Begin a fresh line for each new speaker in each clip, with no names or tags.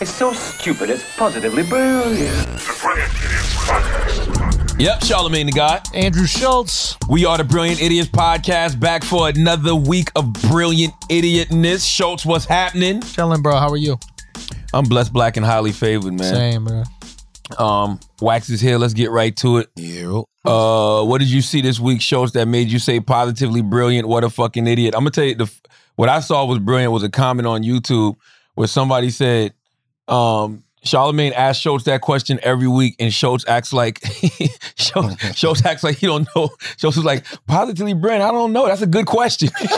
It's so stupid, it's positively brilliant.
The Brilliant Idiots Podcast.
Yep, Charlemagne the God.
Andrew Schultz.
We are the Brilliant Idiots Podcast, back for another week of brilliant idiotness. Schultz, what's happening?
Chillin', bro. How are you?
I'm blessed, black, and highly favored, man.
Same, bro.
Um, Wax is here. Let's get right to it.
You.
Uh, what did you see this week, Schultz, that made you say positively brilliant? What a fucking idiot! I'm gonna tell you the f- what I saw was brilliant was a comment on YouTube where somebody said, um, Charlemagne asks Schultz that question every week, and Schultz acts like Schultz, Schultz acts like he don't know. Schultz was like, positively brilliant. I don't know. That's a good question. like,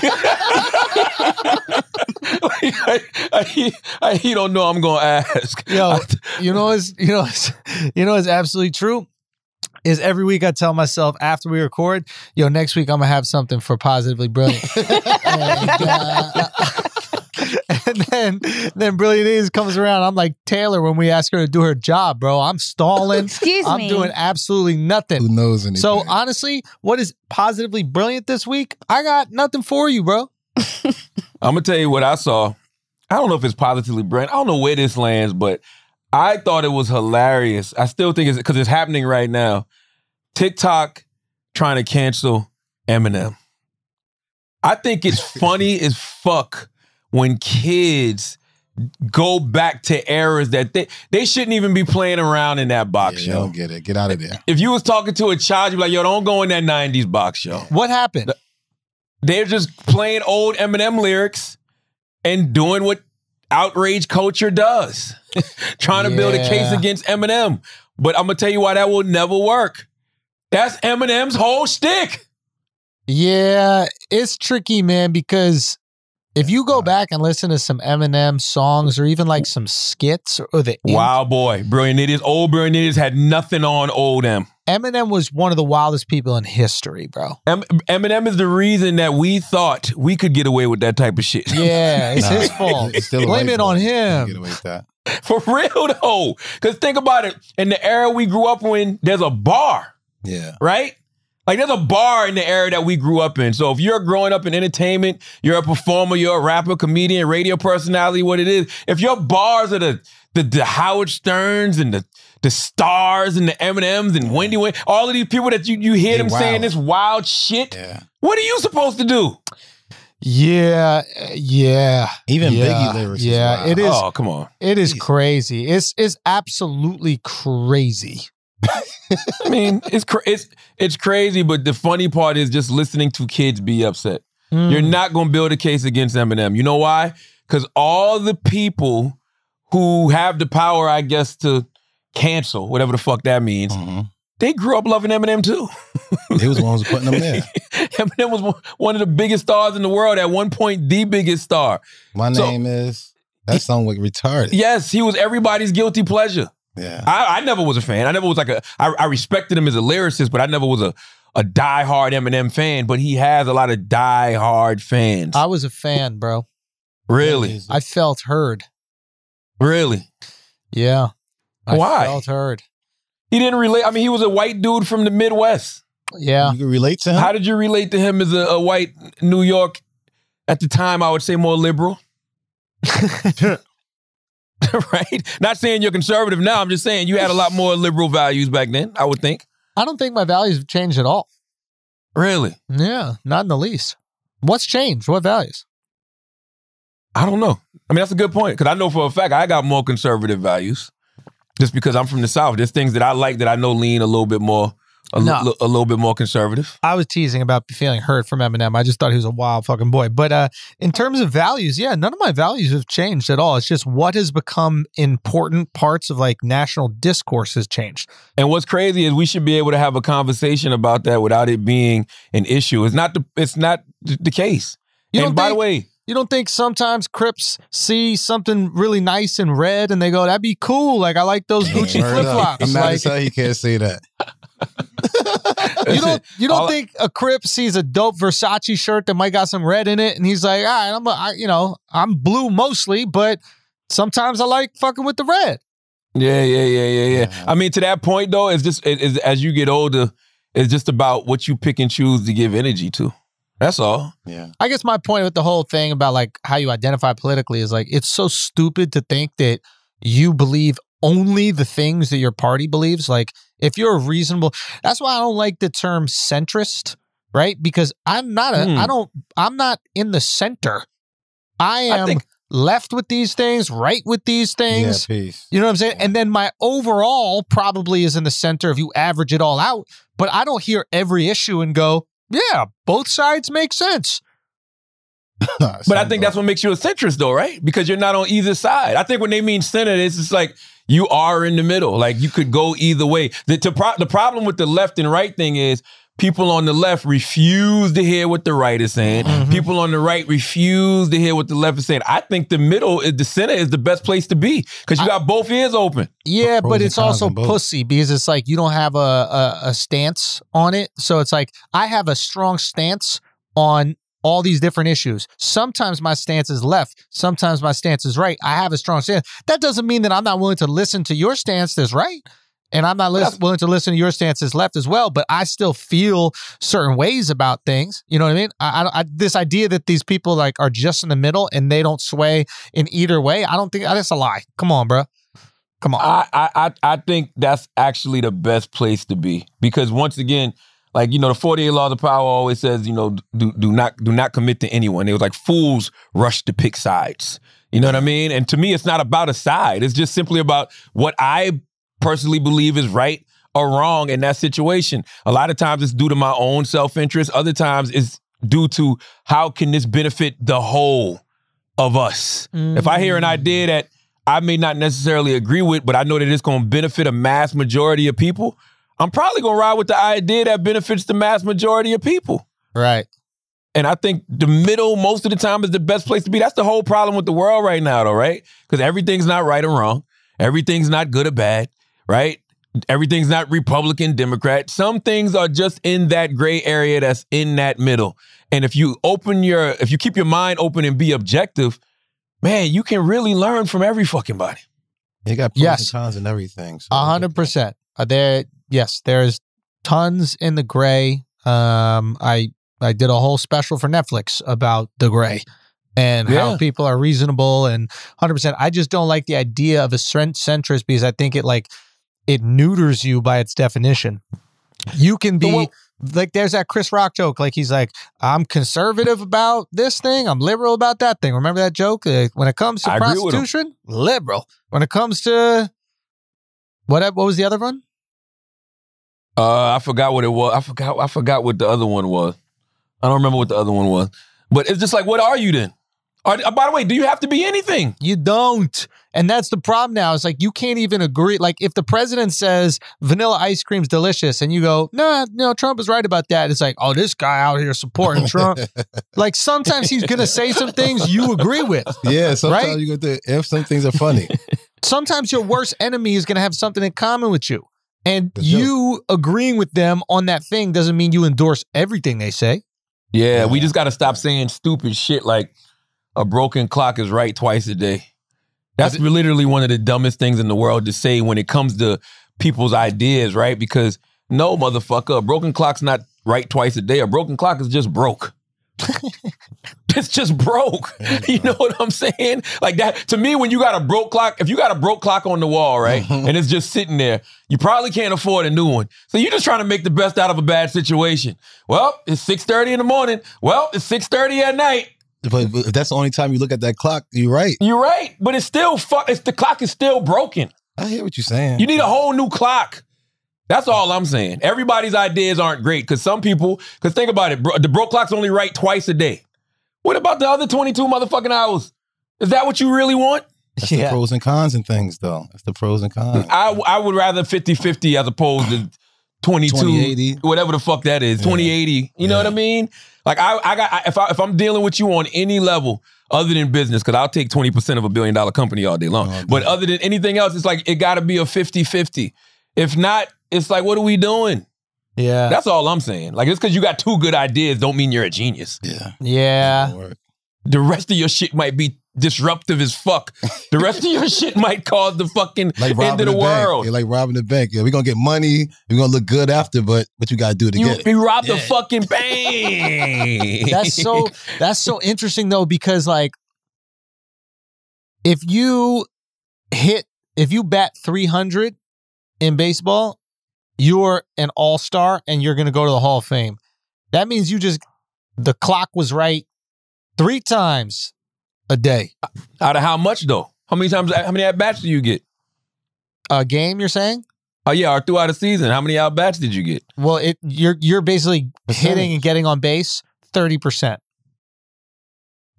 I, I, I- he don't know. I'm gonna ask.
Yo, you know is you know is, you know is absolutely true. Is every week I tell myself after we record, yo, next week I'm gonna have something for positively brilliant. and, uh, and then then brilliant Idiots comes around. I'm like Taylor when we ask her to do her job, bro. I'm stalling.
Excuse
I'm
me.
doing absolutely nothing.
who knows anything.
So honestly, what is positively brilliant this week? I got nothing for you, bro.
I'm gonna tell you what I saw. I don't know if it's positively brand. I don't know where this lands, but I thought it was hilarious. I still think it's because it's happening right now. TikTok trying to cancel Eminem. I think it's funny as fuck when kids go back to eras that they they shouldn't even be playing around in that
yeah,
box
you
yo.
don't get it. Get out of there.
If you was talking to a child, you'd be like, yo, don't go in that 90s box, yo.
What happened?
They're just playing old Eminem lyrics and doing what outrage culture does, trying to build a case
Yeah.
against Eminem. But I'm gonna tell you why that will never work. That's Eminem's whole shtick.
Yeah, it's tricky, man, because if you go back and listen to some Eminem songs or even like some skits or the
Wow, boy, brilliant idiots. Old brilliant idiots had nothing on old M.
Eminem was one of the wildest people in history, bro.
M- Eminem is the reason that we thought we could get away with that type of shit.
Yeah, it's
Nah,
his fault.
it's still a
Oh, Blame
white
it on
boy. You Get
him.
away with that.
For real though. Cause think about it. In the era we grew up in, there's a bar.
Yeah.
right? Like there's a bar in the area that we grew up in. So if you're growing up in entertainment, you're a performer, you're a rapper, comedian, radio personality, what it is. If your bars are the the, the Howard Sterns and the the stars and the M&Ms and Wendy Wayne, all of these people that you you hear
They
them saying
wild.
this wild shit.
Yeah.
What are you supposed to do?
Yeah, uh, yeah.
Even
yeah,
Biggie lyrics is
Yeah,
wild.
it is.
oh, come on.
It is crazy. It's it's absolutely crazy.
I mean, it's cra- it's it's crazy, but the funny part is just listening to kids be upset. You're
Mm.
not going to build a case against Eminem. You know why? Because all the people who have the power, I guess, to cancel whatever the fuck that means,
Mhm.
Mm-hmm.
they grew up loving Eminem too.
They was the ones putting them there.
Eminem was one- one of the biggest stars in the world at one point, the biggest star.
My
So-
name is. That song was retarded.
Yes, he was everybody's guilty pleasure.
Yeah.
I, I never was a fan. I never was like a. I, I respected him as a lyricist, but I never was a a diehard Eminem fan. But he has a lot of diehard fans.
I was a fan, bro.
really,
I felt heard.
really.
Yeah. I
Why?
felt heard.
He didn't relate. I mean, he was a white dude from the Midwest.
Yeah.
You can relate to him.
How did you relate to him as a, a white New York at the time? I would say more liberal. right? Not saying you're conservative now. I'm just saying you had a lot more liberal values back then. I would think.
I don't think my values have changed at all.
Really?
Yeah, not in the least. What's changed? What values?
I don't know. I mean, that's a good point because I know for a fact I got more conservative values just because I'm from the South. There's things that I like that I know lean a little bit more, a, li-
No.
a little bit more conservative.
I was teasing about feeling hurt from Eminem. I just thought he was a wild fucking boy. But uh, in terms of values, yeah, none of my values have changed at all. It's just what has become important parts of like national discourse has changed.
And what's crazy is we should be able to have a conversation about that without it being an issue. It's not the it's not th- the case.
You
and
don't
by the
think-
way,
You don't think sometimes Crips see something really nice in red and they go, "That'd be cool." Like I like those
Yeah,
Gucci
word
flip
up. I'm
flops.
mad
Like,
as hell he can't say that.
you don't you don't
All-
think a Crip sees a dope Versace shirt that might got some red in it, and he's like, all right, I'm a, I, you know I'm blue mostly, but sometimes I like fucking with the red.
Yeah, yeah, yeah, yeah, yeah.
Yeah.
I mean, to that point though, it's just it, it's, as you get older, it's just about what you pick and choose to give energy to. That's all.
Yeah.
I guess my point with the whole thing about like how you identify politically is like it's so stupid to think that you believe only the things that your party believes. Like if you're a reasonable, that's why I don't like the term centrist, right? Because I'm not a,
Hmm.
I don't, I'm not in the center. I
I
am
think-
left with these things, right with these
Yeah,
things.
peace.
You know what I'm saying? And then my overall probably is in the center if you average it all out, but I don't hear every issue and go, yeah, both sides make sense.
But I think that's what makes you a centrist, though, right? Because you're not on either side. I think when they mean center, it's just like you are in the middle. Like you could go either way. The, to pro- the problem with the left and right thing is people on the left refuse to hear what the right is saying. People on the right refuse to hear what the left is saying. I think the middle, is, the center, is the best place to be because you got both ears open.
Yeah,
pros
but
and
it's
cons
also
on both.
pussy because it's like you don't have a, a, a stance on it. So it's like I have a strong stance on all these different issues. Sometimes my stance is left, sometimes my stance is right. I have a strong stance. That doesn't mean that I'm not willing to listen to your stance that's right. And I'm not lis- willing to listen to your stance that's left as well, but I still feel certain ways about things. You know what I mean? I, I, I this idea that these people like are just in the middle and they don't sway in either way. I don't think that's a lie. Come on, bro. Come on.
I, I I I think that's actually the best place to be because once again, like you know, the Forty Eight Laws of Power always says, you know, do do not do not commit to anyone. It was like fools rush to pick sides. You know what I mean? And to me, it's not about a side. It's just simply about what I personally believe is right or wrong in that situation. A lot of times, it's due to my own self interest. Other times, it's due to how can this benefit the whole of us. If I hear an idea that I may not necessarily agree with, but I know that it's going to benefit a mass majority of people, I'm probably going to ride with the idea that benefits the mass majority of people.
Right.
And I think the middle, most of the time, is the best place to be. That's the whole problem with the world right now, though, right? Because everything's not right or wrong. Everything's not good or bad, right? Everything's not Republican, Democrat. Some things are just in that gray area that's in that middle. And if you open your, if you keep your mind open and be objective, man, you can really learn from every fucking body.
you got pros
Yes.
and cons and everything. so-
A hundred percent. Uh, There yes, there's tons in the gray. Um I I did a whole special for Netflix about the gray and
Yeah.
how people are reasonable and 100% I just don't like the idea of a cent- centrist because I think it like it neuters you by its definition. You can be
what-
like there's that Chris Rock joke like he's like I'm conservative about this thing, I'm liberal about that thing. Remember that joke Uh, when it comes to
I agree with him.
prostitution? Liberal. When it comes to what what was the other one?
Uh, I forgot what it was. I forgot. I forgot what the other one was. I don't remember what the other one was. But it's just like, what are you then? Are, uh, by the way, do you have to be anything?
You don't. And that's the problem now. It's like you can't even agree. Like if the president says vanilla ice cream's delicious and you go, nah, no, Trump is right about that. It's like, oh, this guy out here supporting Trump. like sometimes he's gonna say some things you agree with.
Yeah, sometimes
Right?
you get the if some things are funny.
Sometimes your worst enemy is gonna have something in common with you. And
That's dope.
you agreeing with them on that thing doesn't mean you endorse everything they say.
Yeah, we just got to stop saying stupid shit like a broken clock is right twice a day. That's literally one of the dumbest things in the world to say when it comes to people's ideas, right? Because no, motherfucker, a broken clock's not right twice a day. A broken clock is just broke. it's just broke. You know what I'm saying? Like that to me, when you got a broke clock, if you got a broke clock on the wall, right, and it's just sitting there, you probably can't afford a new one. So you're just trying to make the best out of a bad situation. Well, it's 6:30 in the morning. Well, it's 6:30 at night.
But, but if that's the only time you look at that clock, you're right.
You're right, but it's still fu- it's the clock is still broken.
I hear what you're saying.
You need a whole new clock. That's all I'm saying. Everybody's ideas aren't great because some people, because think about it, bro, the broke clock's only right twice a day. What about the other 22 motherfucking hours? Is that what you really want?
that's the pros and cons and things, though. That's the pros and cons.
I, I would rather 50 50 as opposed to 22,
2080.
whatever the fuck that is,
Yeah.
2080. You know
Yeah.
what I mean? Like, I, I got, I, if, I, if I'm dealing with you on any level other than business, because I'll take 20% of a billion dollar company all day long.
Oh,
but
damn.
other than anything else, it's like, it got to be a 50 50. If not, it's like, what are we doing?
Yeah.
That's all I'm saying. Like, it's because you got two good ideas, don't mean you're a genius.
Yeah.
yeah.
Work.
The rest of your shit might be disruptive as fuck. The rest of your shit might cause the fucking
Like robbing
end of the,
the,
world.
Bank. Yeah, like robbing the bank. Yeah, we're gonna get money. We're gonna look good after, but what you gotta do to
You,
get it?
you robbed the
Yeah.
fucking bank.
that's so that's so interesting though because like if you hit if you bat 300 in baseball, you're an all star and you're going to go to the Hall of Fame. That means you just, the clock was right three times a day.
Out of how much though? How many times? How many at bats do you get?
A game, you're saying?
Oh yeah, or throughout the season, how many out bats did you get?
Well, it you're you're basically hitting
Percentage.
and getting on base 30%.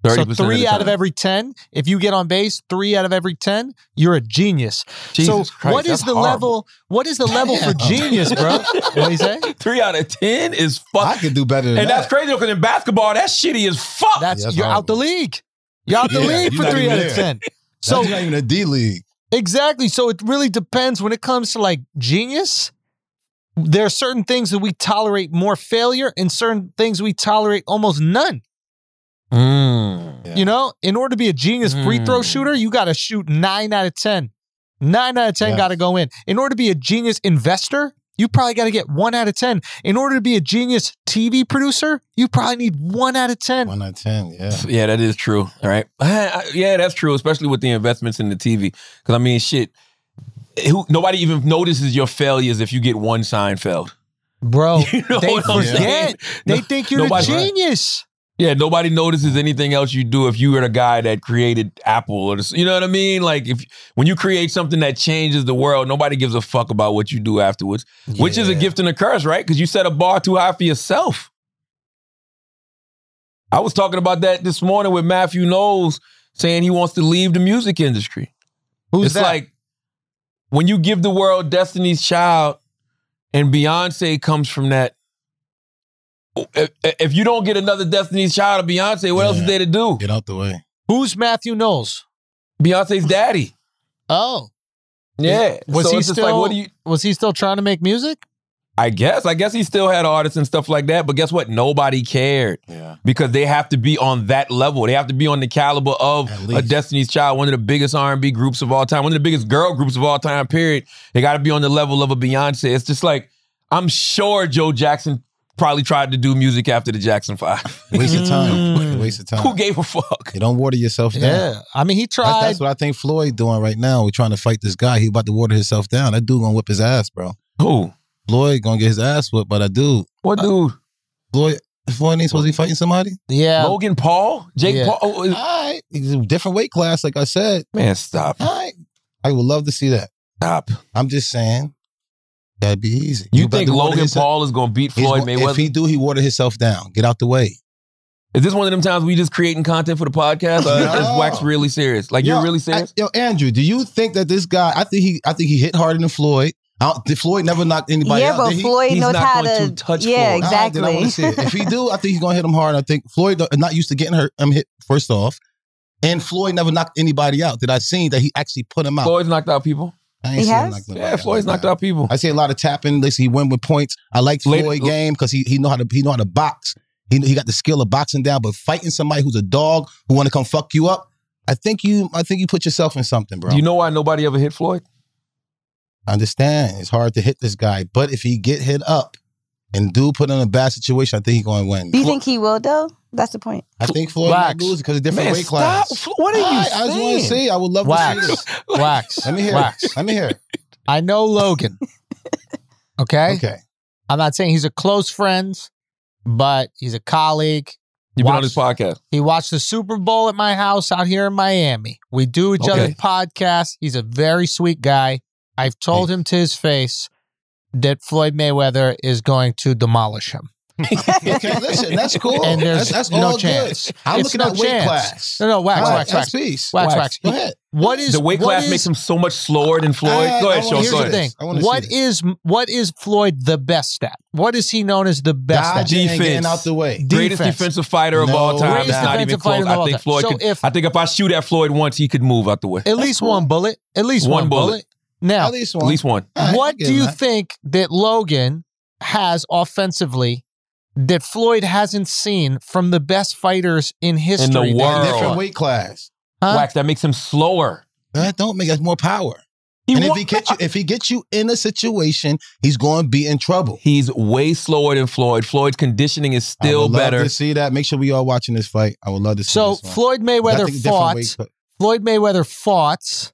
So
30%
three
the
out of
time.
every 10, if you get on base, three out of every 10, you're a genius.
Jesus
so
Christ,
what is
that's
the
horrible.
level? What is the level for genius, bro? What do you say?
Three out of ten is
I
fuck.
could do better than
And that's
that.
crazy because in basketball, that's shitty as fuck.
That's
that's
you're out
horrible.
the league. You're out the
Yeah,
league
you're
for
not
three
even
out of
there.
ten.
So
So
That's not even a D league.
exactly. So it really depends when it comes to like genius. There are certain things that we tolerate more failure, and certain things we tolerate almost none.
Yeah.
You know, in order to be a genius free throw
Mm.
shooter, you got to shoot nine out of 10. Nine out of 10
Yes.
got to go in. In order to be a genius investor, you probably got to get one out of 10. In order to be a genius TV producer, you probably need one out of 10.
One out of ten. Yeah.
Yeah, that is true. All right. Yeah, that's true, especially with the investments in the TV. Because I mean, shit, who, nobody even notices your failures if you get one Seinfeld.
Bro,
You know
they
what I'm saying?
forget. They think you're a
nobody-
genius.
Yeah, nobody notices anything else you do if you were the guy that created Apple or the, you know what I mean. Like if when you create something that changes the world, nobody gives a fuck about what you do afterwards, which is a
Yeah.
gift and a curse, right? Because you set a bar too high for yourself. I was talking about that this morning with Matthew Knowles saying he wants to leave the music industry.
Who's
it's
that?
like when you give the world Destiny's Child and Beyonce comes from that. If, if you don't get another Destiny's Child or Beyonce, what else is
Yeah.
there to do?
Get out the way.
Who's Matthew Knowles?
Beyonce's daddy.
Oh,
Yeah.
was
So
he
it's just
still?
like, what do you?
was he still trying to make music?
I guess. I guess he still had artists and stuff like that. But guess what? Nobody cared
Yeah.
because they have to be on that level. They have to be on the caliber of
At
a
least.
Destiny's Child, one of the biggest R and B groups of all time, one of the biggest girl groups of all time. Period. They got to be on the level of a Beyonce. It's just like I'm sure Joe Jackson probably tried to do music after the Jackson Five.
Waste of
Mm.
time. Waste of time.
Who gave a fuck?
you don't water yourself down.
I mean, he
That's,
tried.
that's what I think Floyd doing right now. We're trying to fight this guy. He about to water himself down. That dude gonna whip his ass, bro.
Who?
Floyd gonna get his ass whipped by that dude.
What dude?
Floyd Floyd ain't supposed to be fighting somebody.
yeah,
Logan Paul? Jake
Yeah.
Paul? Oh, is-
All right. He's a different weight class, like I said.
man, stop.
All right. I would love to see that.
Stop.
I'm just saying, that'd be easy.
You,
about
think
to water
Logan
yourself-
Paul is going to beat
He's-
Floyd Mayweather?
If he do, he water himself down. Get out the way.
Is this one of them times we just creating content for the podcast? Or is this
Uh, No.
wax really serious? Like
Yo,
you're really
I-
serious?
yo, Andrew, do you think that this guy? I think he. I think he hit harder than Floyd. I don't, did Floyd never knocked anybody
yeah,
out?
but
Did he? Oh,
Floyd
he's
knows
not
how
going
to.
to touch
yeah,
Floyd.
All right, then I
exactly.
wanna see it. If he do, I think he's gonna hit him hard. I think Floyd uh, not used to getting hurt. I'm hit first off, and Floyd never knocked anybody out. That I seen that he actually put him out.
Floyd's knocked out people.
I
He
seen him
has?
knock nobody
Yeah, Floyd's
like
knocked
that.
out people.
I see a lot of tapping. Listen, he win with points. I like
Later-
Floyd game because he he know how to he know how to box. He he got the skill of boxing down, but fighting somebody who's a dog who want to come fuck you up. I think you I think you put yourself in something, bro.
Do you know why nobody ever hit Floyd?
I understand it's hard to hit this guy, but if he get hit up and do put in a bad situation, I think he going to win.
Do you think he will though? That's the point.
I think Floyd
Wax.
might lose because of different
Man,
weight
stop.
class.
Flo- What are you
I, I just want to
saying?
see. I would love to
Wax.
see this.
wax,
Let me hear.
wax.
Let me hear.
I know Logan. Okay?
Okay.
I'm not saying he's a close friend, but he's a colleague.
You've been on
Watch-
this podcast.
He watched the Super Bowl at my house out here in Miami. We do each
Okay.
other's podcasts. He's a very sweet guy. I've told him to his face that Floyd Mayweather is going to demolish him.
Okay. Listen, that's cool.
And there's
Oh, that's, that's
no
all good.
chance.
I'm
It's
looking
no
at weight
chance.
class.
No, no, wax,
All right,
wax,
that's
wax,
peace.
wax,
Wax.
wax.
Go ahead.
What is
The weight
what
class
is- oh,
makes him so much slower than Floyd.
I-
Go ahead,
I
Sean.
wanna hear
Go
Here's the
ahead.
this.
thing.
I wanna
What
see
is what is Floyd the best at? What is he known as the best at?
Dodging and
Defense.
getting out the way.
Greatest defensive fighter of
No.
all time. It's
Greatest
not even
defensive fighter
close.
of all
I think
time.
Floyd
So
could.
if-
I think if I shoot at Floyd once, he could move out the way.
At least one bullet. At least
One
one, bullet. Now,
At least
At
one.
least one.
All right, I
what
get
do you
that.
think that Logan has offensively that Floyd hasn't seen from the best fighters in history? that
world.
he fought?
Different weight class.
Huh?
Wax, that makes him slower.
That don't make us more power.
He
and if
wa-
he get you, if he gets you in a situation, he's going to be in trouble.
He's way slower than Floyd. Floyd's conditioning is
I
still
would love
better.
to see that. Make sure we all watching this fight. I would love to see.
So
this one.
Floyd
I
Mayweather
think different
fought.
weight cla-
Floyd Mayweather fought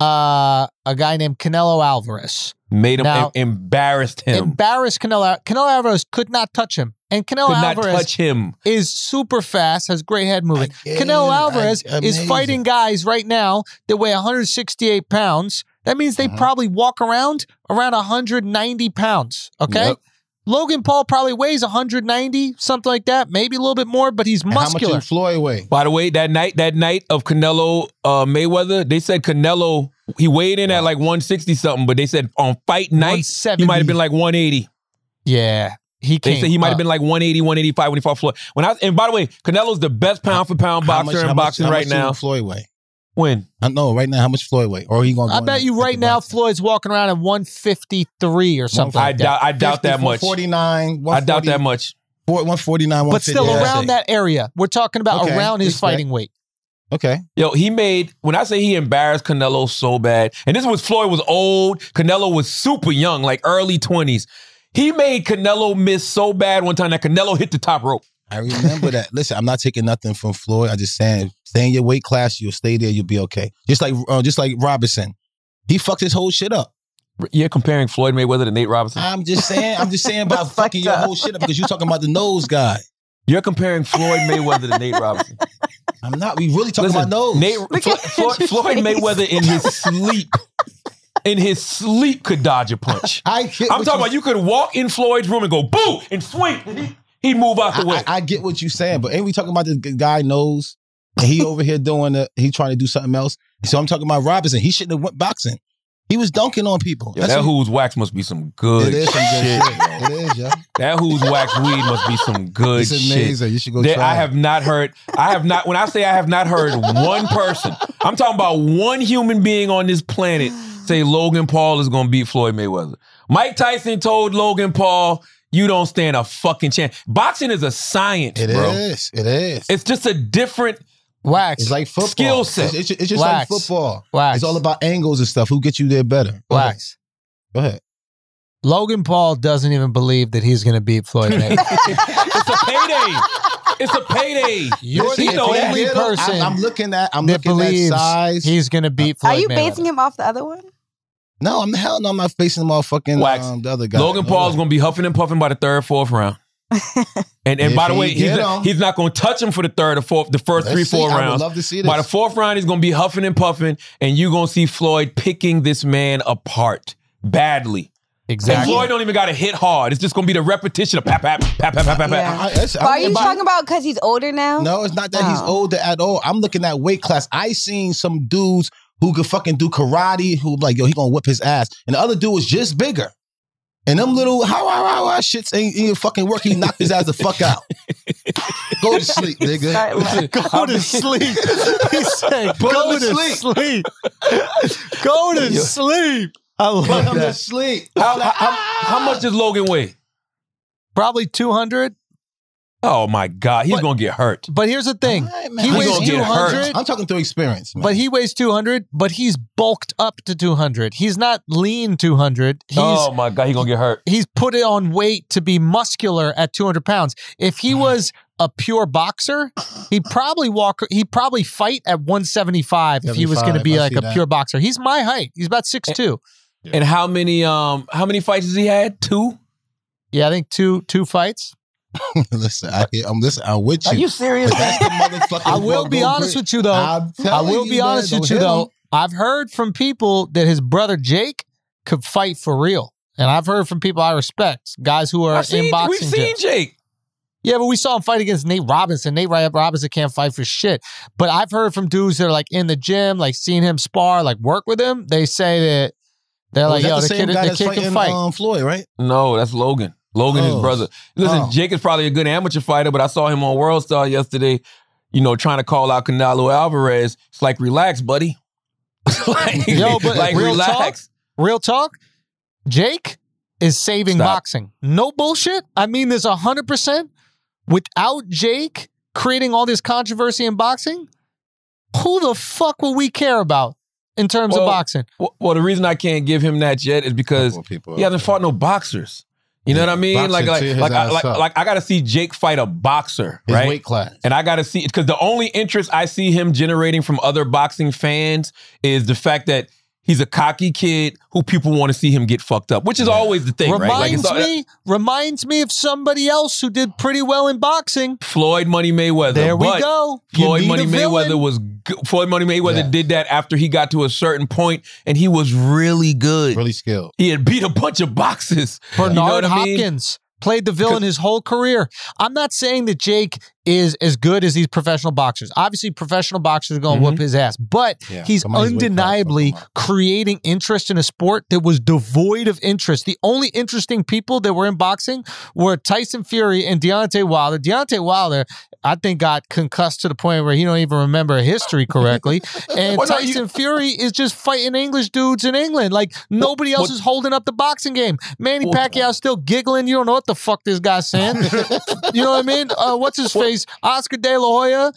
uh, a guy named Canelo Alvarez.
Made him
Now-
em- embarrassed him.
Embarrassed Canelo. Canelo Alvarez could not touch him, and Canelo
Could not
Alvarez
touch him.
is super fast, has great head movement.
Again,
Canelo Alvarez
I-
is
amazing.
fighting guys right now that weigh 168 pounds. That means they
Mhm.
Uh-huh.
probably walk around around 190 pounds. Okay.
Yep.
Logan Paul probably weighs 190, something like that, maybe a little bit more, but he's
And How
muscular.
much did Floyd weigh?
By the way, that night, that night of Canelo uh, Mayweather, they said Canelo he weighed in at like 160 something, but they said on fight night he
170.
might have been like 180.
yeah, he
They
came.
said he might
up.
have been like 180, 185 when he fought Floyd. When I and by the way, Canelo's the best pound for pound
How
boxer
much- how
in
much-
boxing
how much
right
did
now.
Floyd weigh?
When
I know right now how much Floyd weigh, or he gonna.
I
go
bet
in
you
at
right
the
now
box?
Floyd's walking around at 153 or something.
I
like that.
doubt, I doubt that
50,
much.
49.
I doubt that much.
149.
But still
150,
around
yeah.
that area. We're talking about
Okay,
around his
respect.
fighting weight.
Okay.
Yo, he made when I say he embarrassed Canelo so bad, and this was Floyd was old. Canelo was super young, like early twenties. He made Canelo miss so bad one time that Canelo hit the top rope.
I remember that. Listen, I'm not taking nothing from Floyd. I just saying, stay in your weight class. You'll stay there. You'll be okay. Just like, uh, just like Robinson, he fucked his whole shit up.
You're comparing Floyd Mayweather to Nate Robinson.
I'm just saying. I'm just saying about fucking your whole shit up because you're talking about the nose guy.
You're comparing Floyd Mayweather to Nate Robinson.
I'm not. We really talking
Listen,
about nose.
Nate, Flo-
at
Flo-
your
Floyd
face.
Mayweather in his sleep, in his sleep could dodge a punch.
I get
I'm
what
talking about you could walk in Floyd's room and go boo and swing, and he, he'd move out the way.
I, I, I get what you're saying, but ain't we talking about this g- guy knows and he over here doing the he trying to do something else. So I'm talking about Robinson. He shouldn't have went boxing. He was dunking on people.
Yo, that
what-
who's wax must be some good
it is some good
shit.
shit. It is, yeah.
That who's wax weed must be some good
It's
shit.
amazing. You should go
There-
try.
I
it.
have not heard. I have not. When I say I have not heard one person, I'm talking about one human being on this planet say Logan Paul is going to beat Floyd Mayweather. Mike Tyson told Logan Paul, "You don't stand a fucking chance." Boxing is a science,
It
bro.
is. It is.
It's just a different.
Wax.
It's like football.
Skill set.
It's, it's ju- it's just
Wax.
like football.
Wax.
It's all about angles and stuff. Who gets you there better? Go ahead.
Wax.
Go ahead.
Logan Paul doesn't even believe that he's going to beat Floyd Mayweather.
It's a payday. It's a payday.
You're
He
the
know that.
only person
I'm, I'm looking at. I'm
that
looking
believes
at size.
he's going to beat Floyd
Are you
Mayweather.
basing him off the other one?
no, I'm hell no. I'm not facing the motherfucking
Wax.
um, the other guy.
Logan
No
Paul's
way.
going to be huffing and puffing by the third, fourth round. And and
If
by the
he
way, he's
get
not,
him.
he's not going to touch him for the third or fourth, the 1st
Let's
three,
see.
four
I would
rounds.
love to see this.
By the fourth round, he's going to be huffing and puffing, and you're going to see Floyd picking this man apart badly. And
Exactly.
Floyd don't even got to hit hard. It's just going to be the repetition of pap, pap, pap, pap, pap, pap,
Yeah.
pap.
I- it's-
But are
I'm-
you
but-
talking about because he's older now?
No, it's not that he's
Oh.
older at all. I'm looking at weight class. I seen some dudes who could fucking do karate who like, yo, he gonna whip his ass. And the other dude was just bigger. And them little how how how, how shits ain't even fucking work. He knocked his ass the fuck out. Go to sleep, nigga.
Sorry, what?
Go to sleep. He said,
Put
go
him
to
to
sleep. Go to sleep. I love
Put him to
that.
sleep.
How, how, how, how much does Logan weigh?
Probably 200.
Oh my God, he's
But-
going to get hurt.
But here's the thing.
All right, man.
He
I'm
weighs
gonna get hurt.
200.
I'm talking through experience, man.
But he weighs 200, but he's bulked up to 200. He's not lean 200. He's
oh my God, he's going to get hurt.
he's put it on weight to be muscular at 200 pounds. If he was a pure boxer, he'd probably walk. He'd probably fight at 175 if he was going to
75,
be
I
like
see
a
that. Eh.
pure boxer. He's my height. He's about six two.
And how many um how many fights has he had? Two?
Yeah, I think two two fights.
listen, I, I'm listen. I'm with you.
serious?
But that's the motherfucking
I will
Go
be
Go
honest
Brit.
with you though.
I'm
I
telling
will be
man,
honest
don't
with you
hit him.
though. I've heard from people that his brother Jake could fight for real. And I've heard from people I respect, guys
Uh,
who are
I've seen,
in boxing.
we've seen
gyms.
Jake.
Yeah, but we saw him fight against Nate Robinson. Nate Ro- Robinson can't fight for shit. But I've heard from dudes that are like in the gym, like seeing him spar, like work with him. They say that they're
Oh,
like,
is that
yo, the,
same
kid,
guy
the
that's
kid can
fighting,
fight.
um, Floyd, right?
No, that's Logan. Logan, his
Oh.
brother. Listen,
Oh.
Jake is probably a good amateur fighter, but I saw him on World Star yesterday, you know, trying to call out Canelo Alvarez. It's like, relax, buddy. like,
Yo, but
like,
real
uh,
Real talk, Jake is saving
Stop.
boxing. No bullshit. I mean this 100%. Without Jake creating all this controversy in boxing, who the fuck will we care about in terms
Well,
of boxing?
Well, well, the reason I can't give him that yet is because
people.
he hasn't fought no boxers. You know
Yeah,
what I mean?
boxing
Like, like,
tear his
like, I,
ass
like,
up.
like, I got to see Jake fight a boxer,
His
right?
weight class.
And I got to see because the only interest I see him generating from other boxing fans is the fact that He's a cocky kid who people want to see him get fucked up, which is always the thing, right?
reminds
all-
me, reminds me of somebody else who did pretty well in boxing.
Floyd Money Mayweather.
There we
but
go. You
Floyd
need
Money
a villain.
Mayweather was g- Floyd Money Mayweather
Yeah.
did that after he got to a certain point and he was really good.
Really skilled.
He had beat a bunch of boxes.
Bernard
You know what I mean?
Hopkins played the villain his whole career. I'm not saying that Jake is as good as these professional boxers. Obviously, professional boxers are
Mm-hmm.
going to whoop his ass, but
Yeah,
he's
somebody's weight class, but
undeniably
come on.
creating interest in a sport that was devoid of interest. The only interesting people that were in boxing were Tyson Fury and Deontay Wilder. Deontay Wilder, I think, got concussed to the point where he don't even remember history correctly. and
Well, no, you-
Tyson Fury is just fighting English dudes in England. Like nobody else
what-
is holding up the boxing game. Manny
Well- uh,
Pacquiao's still giggling. You don't know what the fuck this guy's saying. you know what I mean? Uh, what's his face? Oscar De La Hoya.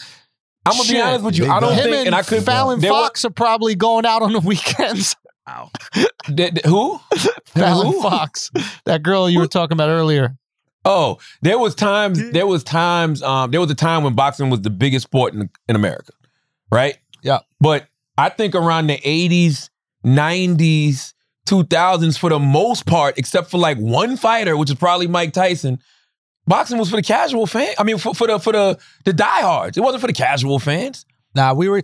I'm gonna be
Shit.
honest with you.
They
I don't
done.
Him
think,
and,
and I couldn't.
Fallon
there were-
Fox are probably going out on the weekends.
th- th- who?
Fallon
Who?
Fox, that girl you were talking about earlier.
Oh, there was times. There was times. Um, there was a time when boxing was the biggest sport in, in America, right?
Yeah.
But I think around the '80s, '90s, 2000s, for the most part, except for like one fighter, which is probably Mike Tyson, boxing was for the casual fan. I mean, for, for the for the the diehards. It wasn't for the casual fans.
Nah, we were,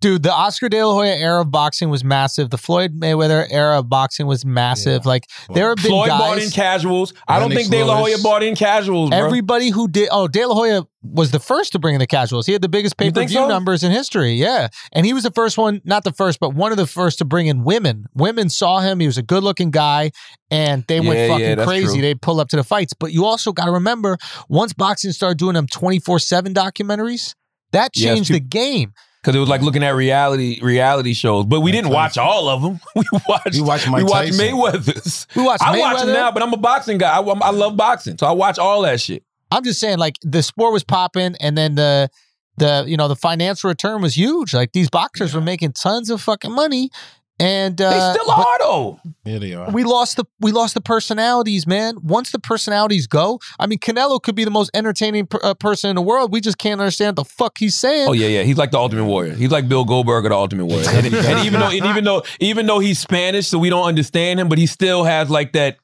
dude. The Oscar De La Hoya era of boxing was massive. The Floyd Mayweather era of boxing was massive. Like there have been
Floyd bought in
guys.
casuals. I don't
Lennox
think De La Hoya
Lewis.
bought in casuals, bro.
Everybody who did, oh, De La Hoya was the first to bring in the casuals. He had the biggest pay
You think
per view
so?
numbers in history. Yeah. And he was the first one, not the first, but one of the first to bring in women. Women saw him. He was a good looking guy and they
Yeah,
went
yeah,
fucking
that's
crazy.
true.
They pull up to the fights. But you also got to remember once boxing started doing them 24 7 documentaries, that
Yeah, it's
changed
too-
the game.
because it was like looking at reality reality shows. But we didn't watch all of them. We watched.
We watched
we
Mike
watched
Tyson.
Mayweather's.
We watched
I watch them
Mayweather.
now, but I'm a boxing guy. I, I love boxing, so I watch all that shit.
I'm just saying, like the sport was popping, and then the the you know the financial return was huge. Like these boxers were making tons of fucking money, and
They
uh,
still
but
are though.
Yeah, they are.
We lost the we lost the personalities, man. Once the personalities go, I mean, Canelo could be the most entertaining per, uh, person in the world. We just can't understand what the fuck he's saying.
Oh yeah, yeah. He's like the Ultimate Warrior. He's like Bill Goldberg of the Ultimate Warrior. And, and even though, and even though, even though he's Spanish, so we don't understand him, but he still has like that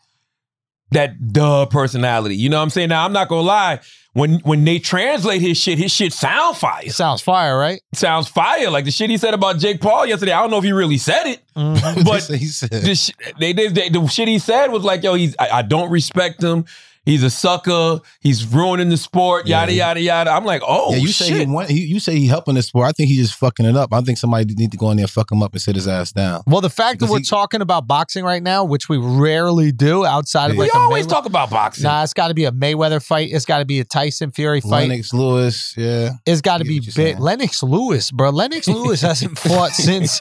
that duh personality. You know what I'm saying? Now I'm not gonna lie. When when they translate his shit, his shit sound fire.
It sounds fire, right?
sounds fire. Like the shit he said about Jake Paul yesterday. I don't know if he really said it, but
he said,
the sh- they did they, the shit he said was like, "Yo, he's I, I don't respect him. He's a sucker. He's ruining the sport. Yada yada yada." I'm like, "Oh
yeah, you say he
shit."
want, he, you say he helping this sport. I think he just fucking it up. I think somebody need to go in there, fuck him up, and sit his ass down.
Well, the fact
Because
that we're
he-
talking about boxing right now, which we rarely do outside of
Yeah.
we
like a
always
Maywe-
talk about boxing.
Nah, it's got to be a Mayweather fight. It's got to be a Tyson Fury fight.
Lennox Lewis, yeah,
It's got to
get
be
what you're
big.
saying.
Lennox Lewis, bro. Lennox Lewis hasn't fought since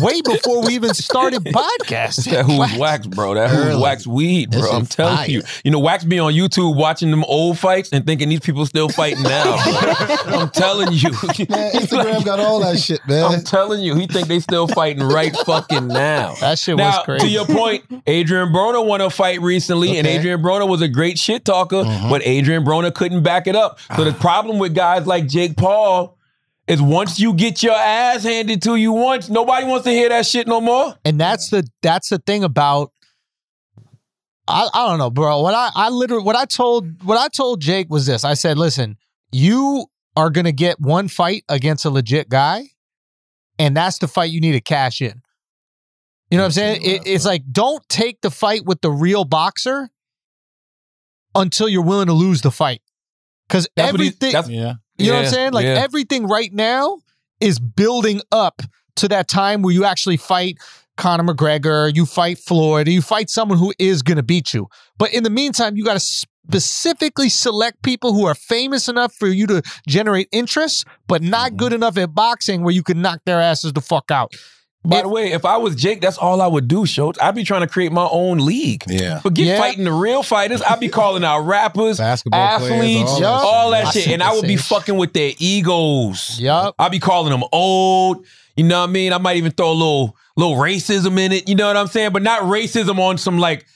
way before we even started podcasting.
That who's
Like,
wax, bro. That who's
Early.
wax weed, bro.
This
I'm
is
telling
fire.
you. You know, wax be on YouTube watching them old fights and thinking these people still fighting now. bro. I'm telling you.
man, Instagram got all that shit,
I'm
man.
telling you, he think they still fighting right fucking now.
That shit
now,
was crazy.
to your point, Adrian Broner won a fight recently, and
Okay.
Adrian Broner was a great shit talker, but Adrian Broner couldn't back it up. So the problem with guys like Jake Paul is once you get your ass handed to you once, nobody wants to hear that shit no more.
and that's the that's the thing about I, I don't know, bro. What I, I literally what I told what I told Jake was this. I said, listen, you are gonna get one fight against a legit guy, and that's the fight you need to cash in. You know what I'm saying? It, it's like don't take the fight with the real boxer until you're willing to lose the fight. Cause
That's what he-
everything
that's-
Yeah,
you know what
Yeah,
I'm saying? Like
yeah.
everything right now is building up to that time where you actually fight Conor McGregor, you fight Floyd, you fight someone who is going to beat you. But in the meantime, you got to specifically select people who are famous enough for you to generate interest, but not
Mm-hmm.
good enough at boxing where you can knock their asses the fuck out.
By
It-
the way, if I was Jake, that's all I would do, Schultz. I'd be trying to create my own league.
yeah.
Forget
Yeah.
fighting the real fighters. I'd be calling out rappers,
Basketball
athletes,
players,
all,
that
that,
shit.
shit. And I would be fucking with their egos.
Yup.
I'd be calling them old. You know what I mean? I might even throw a little little racism in it. You know what I'm saying? But not racism on some like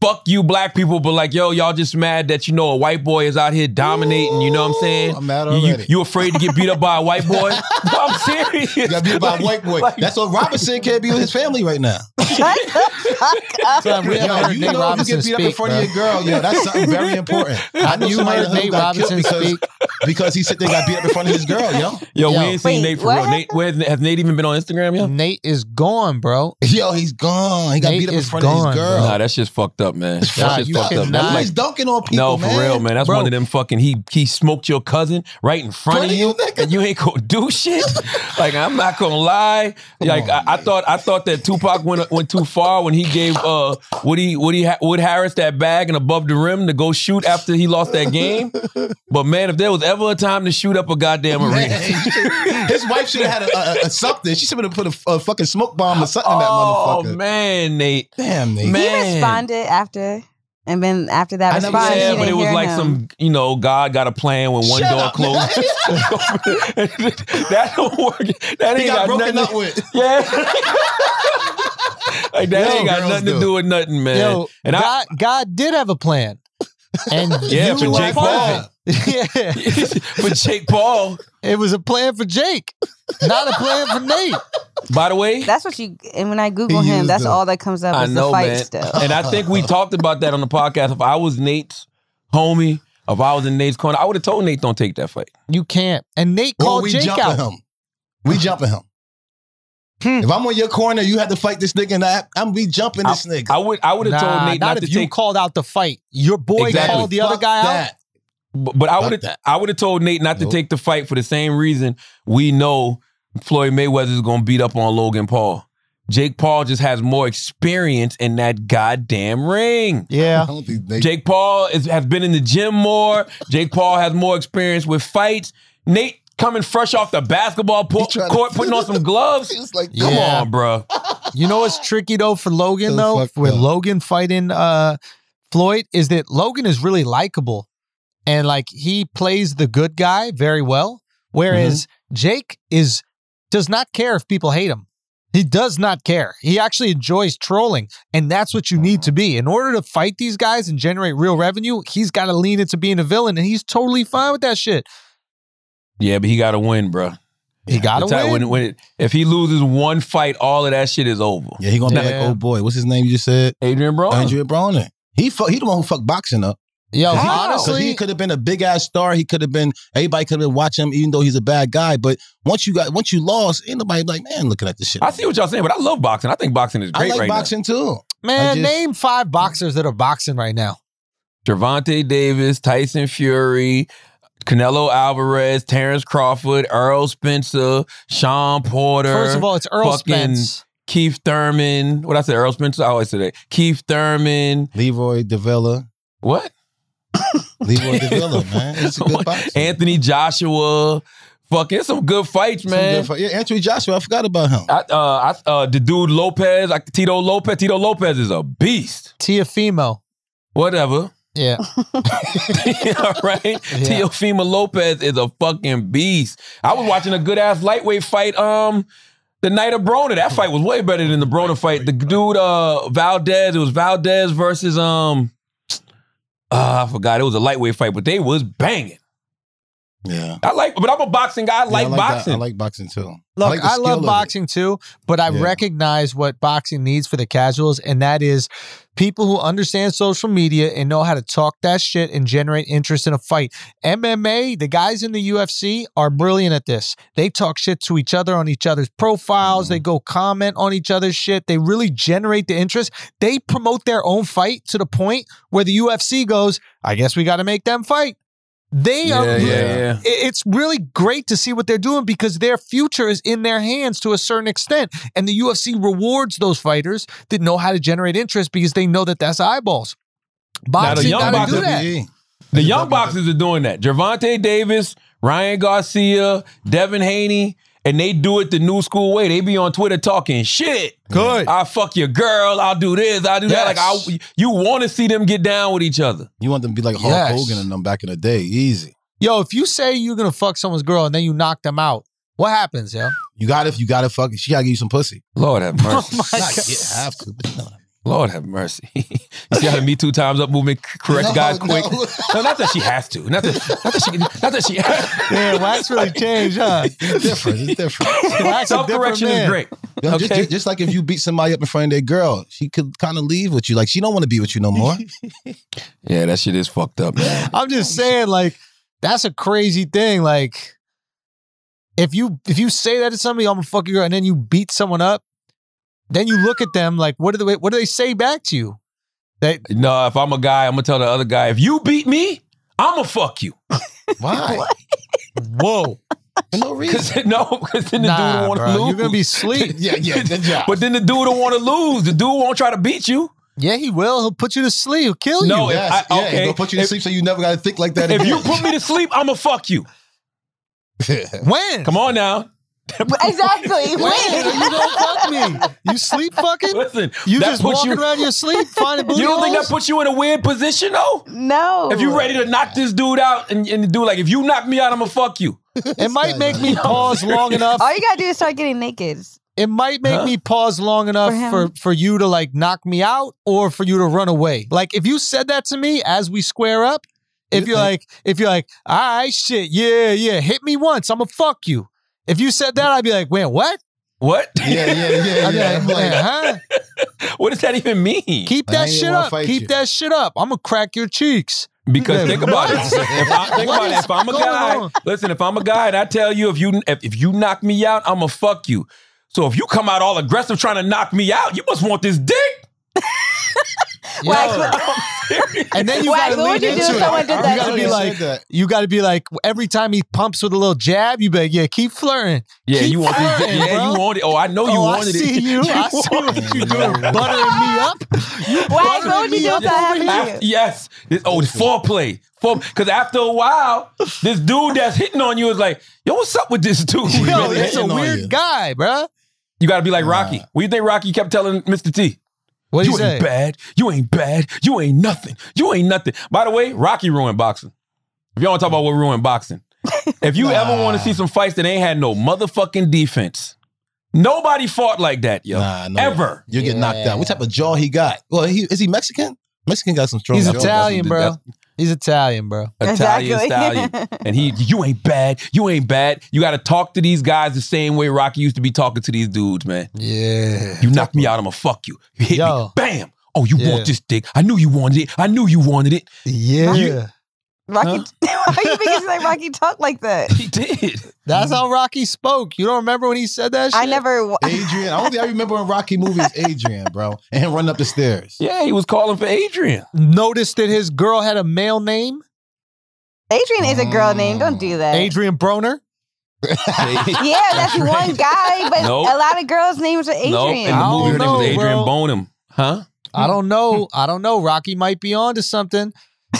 fuck you black people, but like, yo, y'all just mad that you know a white boy is out here dominating, you know what I'm saying?
I'm mad
You- you-
already.
You, afraid to get beat up by a white boy? No, I'm serious.
You gotta be by a white boy. That's what Robinson can't be with his family right now.
Shut the fuck up.
Son, we haven't
Yo,
heard
you
Nate
know
Robinson
if you get beat up in
speak,
front
bro.
of your girl, yo, that's something very important. I know
You
somebody
heard
who
Nate
got killed
Robinson
because,
speak?
because he said they got beat up in front of his girl, yo.
Yo,
Yo,
we ain't seen
wait,
Nate for
what
real. Nate, where, has Nate even been on Instagram, yo?
Nate is gone, bro.
Yo, he's gone. He got
Nate
beat up in
is
front of
gone,
his girl.
Nah, that's just fucked up, man. That's
Nah,
just
you
fucked up.
cannot-
That's
Nah,
like,
he's dunking on people,
no, for
man.
real, man. That's
Bro.
one of them fucking. He he smoked your cousin right in front
Front
of
of
you,
you, nigga.
and you ain't gonna do shit. like I'm not gonna lie. Like I, I thought I thought that Tupac went went too far when he gave uh Woody Woody Ha- Wood Harris that bag and above the rim to go shoot after he lost that game. but man, if there was ever a time to shoot up a goddamn
Man,
arena.
his wife should have had a, a, a something. She should have put a, a fucking smoke bomb or something in that
Oh
motherfucker.
man, Nate.
Damn, Nate.
Man.
He responded after, and then after that
I never
response,
said,
you
Yeah,
didn't
but it was
hear
like
him.
some, you know, God got a plan when one
Shut
door
up,
closes.
man.
that don't work. That ain't
he got
got,
broken
nothing.
up with.
Yeah. like that
Yo,
ain't got
girls
nothing to
do.
do with nothing, man.
Yo,
and I,
God, God did have a plan. And
Yeah,
you
for
were
Jake
part of
Paul.
it. yeah,
for Jake Paul,
it was a plan for Jake, not a plan for Nate.
by the way,
That's what you. And when I Google
He
him,
used
that's
it.
all that comes up.
I
is
know,
the fight
man.
stuff.
And I think we talked about that on the podcast. If I was Nate's homie, if I was in Nate's corner, I would have told Nate don't take that fight.
You can't. And Nate
Or
called
we
Jake
jumping
out.
him. We jumping him.
Hmm.
If I'm on your corner, you have to fight this nigga, and I, I'm be jumping this nigga.
I would I would have
Nah,
told Nate
not,
not, to
if you
take
called out the fight. Your boy
Exactly.
called the other
Fuck
guy out.
that.
But, but I
Fuck
would have
that.
I would have told Nate not
Nope.
to take the fight for the same reason we know Floyd Mayweather is going to beat up on Logan Paul. Jake Paul just has more experience in that goddamn ring.
Yeah.
I don't think they.
Jake Paul is, has been in the gym more. Jake Paul has more experience with fights. Nate coming fresh off the basketball po-
He tried to-
court, putting on some gloves.
It's like,
Yeah.
Come on, bro.
You know what's tricky though for Logan
So
though,
Oh. fucked
with
up.
Logan fighting uh Floyd, is that Logan is really likable, and like he plays the good guy very well, whereas
Mm-hmm.
Jake is does not care if people hate him. He does not care. He actually enjoys trolling, and that's what you need to be in order to fight these guys and generate real revenue. He's got to lean into being a villain, and he's totally fine with that shit.
Yeah, but he got to win, bro.
He got to
The time-
win.
When, when it- if he loses one fight, all of that shit is over.
yeah, he gonna be
Yeah.
like, oh boy, what's his name? You just said
Adrian
Oh.
Bro.
Andrea Broner. He fuck, he the one who fucked boxing up.
Yo,
Cause he-
How?
cause
honestly,
he could have been a big ass star. He could have been everybody could have been watching him, even though he's a bad guy. But once you got once you lost, ain't nobody like man looking at this shit.
I see what y'all saying, but I love boxing. I think boxing is
I
great
like
right
boxing too.
man,
just-
name five boxers that are boxing right now.
now. Javante Davis, Tyson Fury, Canelo Alvarez, Terrence Crawford, Earl Spencer, Sean Porter.
First of all, it's Earl
fucking-
Spence.
Keith Thurman. What I say, Earl Spencer? I always say that. Keith Thurman.
Leroy Davila,
What?
Leroy Davila, man, it's a good boxer.
Anthony Joshua. Fucking, it's some good fights,
Some
man.
good fight. Yeah, Anthony Joshua. I forgot about him.
I, uh, I, uh, the dude Lopez, like Tito Lopez. Tito Lopez is a beast.
Tiafimo.
Whatever.
Yeah.
All right. Teofimo Lopez is a fucking beast. I was watching a good ass lightweight fight um the night of Broner. That fight was way better than the Broner fight. The dude uh Valdez, it was Valdez versus um uh, I forgot it was a lightweight fight, but they was banging.
Yeah.
I like, but I'm a boxing guy. I
Yeah,
like
I that.
boxing.
I like boxing too.
Look, I,
like the skill
love
of it.
boxing too, but I
Yeah.
recognize what boxing needs for the casuals, and that is people who understand social media and know how to talk that shit and generate interest in a fight. MMA, the guys in the UFC are brilliant at this. They talk shit to each other on each other's profiles,
Mm-hmm.
they go comment on each other's shit. They really generate the interest. They promote their own fight to the point where the UFC goes, I guess we got to make them fight. They
yeah,
are
yeah, yeah.
it- it's really great to see what they're doing because their future is in their hands to a certain extent. And the UFC rewards those fighters that know how to generate interest because they know that that's eyeballs. Boxing
young
gotta
boxer-
do that.
WWE.
The
That's
young
exactly what
boxers are doing that. Javante Davis, Ryan Garcia, Devin Haney, and they do it the new school way. They be on Twitter talking shit.
Good.
I'll fuck your girl. I'll do this. I'll do that. Like
Yes.
I, you want to see them get down with each other.
You want them to be like Hulk
Yes.
Hogan and them back in the day. Easy.
Yo, if you say you're gonna fuck someone's girl and then you knock them out, what happens, yo?
You got to, you got to fuck. She got to give you some pussy.
Lord have mercy.
Not get half to, but you know what I mean.
Lord have mercy. you see how the Me Too times up movement c- corrects
No,
guys
no.
quick? No. not that she has to. Not that, not that she. Not that she.
Man, wax really changed, huh?
It's different. It's different.
Wax a
Self correction
different
is
man.
great.
Yo, ju- ju-
Okay.
just, like if you beat somebody up in front of their girl, she could kind of leave with you. Like she don't want to be with you no more.
Yeah, that shit is fucked up, man.
I'm just saying, like, that's a crazy thing. Like, if you if you say that to somebody, I'm a fucking girl, and then you beat someone up, then you look at them like, what do they what do they say back to you? That
No, if I'm a guy, I'm gonna tell the other guy, if you beat me, I'ma fuck you.
Why?
whoa,
For no
Cause
reason.
no, cause then the dude
nah,
don't want
bro,
to lose.
you're gonna be asleep.
Yeah, yeah, good job.
But then the dude don't want to lose. The dude won't try to beat you.
yeah, he will. He'll put you to sleep. He'll kill you.
No, if
yes,
I-
yeah,
okay,
They'll put you to
if-
sleep so you never got to think like that
If
again.
you put me to sleep, I'ma fuck you.
when?
Come on now.
Exactly. When?
you don't fuck me. You sleep fucking.
Listen,
You
that
just
puts
walking
you,
around your sleep finding booty
You don't think that
holes?
puts you in a weird position though?
No.
If you ready to knock this dude out and, and the dude like, if you knock me out, I'ma fuck you.
It might make me pause long enough.
All you gotta do is start getting naked.
It might make
Huh?
me pause long enough
For him.
for, for you to like knock me out or for you to run away. Like if you said that to me as we square up, if
You
you're like if you're like, all right, shit, yeah, yeah, hit me once, I'ma fuck you. If you said that, I'd be like, wait, what?
What?
yeah, yeah, yeah,
I'd be like,
yeah. I'm like,
"Man, huh?
what does that even mean?
Keep
I
that
ain't
shit
wanna
up.
fight
Keep
you."
that shit up. I'm gonna crack your cheeks.
Because
Yeah.
think about it. If I, think
What
about it.
is
If I'm a
going
guy,
on?
listen. If I'm a guy and I tell you if you if, if you knock me out, I'ma fuck you. So if you come out all aggressive trying to knock me out, you must want this dick.
Wax,
Yeah.
what-
And then you
Wax,
gotta
what
lean
would you do
into
if
it.
someone did
You
that
gotta
to
be
you?
like,
Said that.
you gotta be like, every time he pumps with a little jab, you be like, yeah, keep flirting.
Yeah,
Keep
you want this dick.
flirting,
Yeah,
bro.
you want it. Oh, I know you
oh,
wanted
I
it.
see you. I see what you doing. Buttering me up. You buttering
Wax, what would you
me
do
up
if that
over
happened
here.
to
After,
you?
yes. This, oh, it's foreplay. Because after a while, this dude that's hitting on you is like, yo, what's up with this dude?
Yo,
Really
that's a
hitting on
weird
you.
guy, bruh.
You got to be like Rocky. What do you think Rocky kept telling Mr. T?
What do
you
you say?
ain't bad. You ain't bad. You ain't nothing. You ain't nothing. By the way, Rocky ruined boxing. If y'all want to talk about what ruined boxing, if you ever
Nah.
want to see some fights that ain't had no motherfucking defense, nobody fought like that, yo.
Nah, no.
Ever.
You get knocked
Yeah.
out. What type of jaw he got? Well, he is he Mexican? Mexican got some strong.
He's
jaws. That's
Italian,
what-
bro.
that's-
He's Italian, bro.
Italian,
Exactly.
stallion. And he, you ain't bad. You ain't bad. You got to talk to these guys the same way Rocky used to be talking to these dudes, man.
Yeah.
You knock me out, I'ma fuck you. You hit me,
Yo.
bam. Oh, you
Yeah.
want this dick? I knew you wanted it. I knew you wanted it.
Yeah.
Rocky, why you think it's like Rocky talk like that?
He did.
That's how Rocky spoke. You don't remember when he said that shit?
I never. wa-
Adrian. I don't think I remember in Rocky movies. Adrian, bro, and him running up the stairs.
Yeah, he was calling for Adrian.
noticed that his girl had a male name,
Adrian is a girl name. Don't do that.
Adrian Broner.
Yeah, that's one guy, but
Nope.
a lot of girls' names are Adrian.
No, in the
I
movie her name was
don't know,
Adrian
bro.
Bonham. Huh?
I
Hmm.
don't know. I don't know. Rocky might be on to something.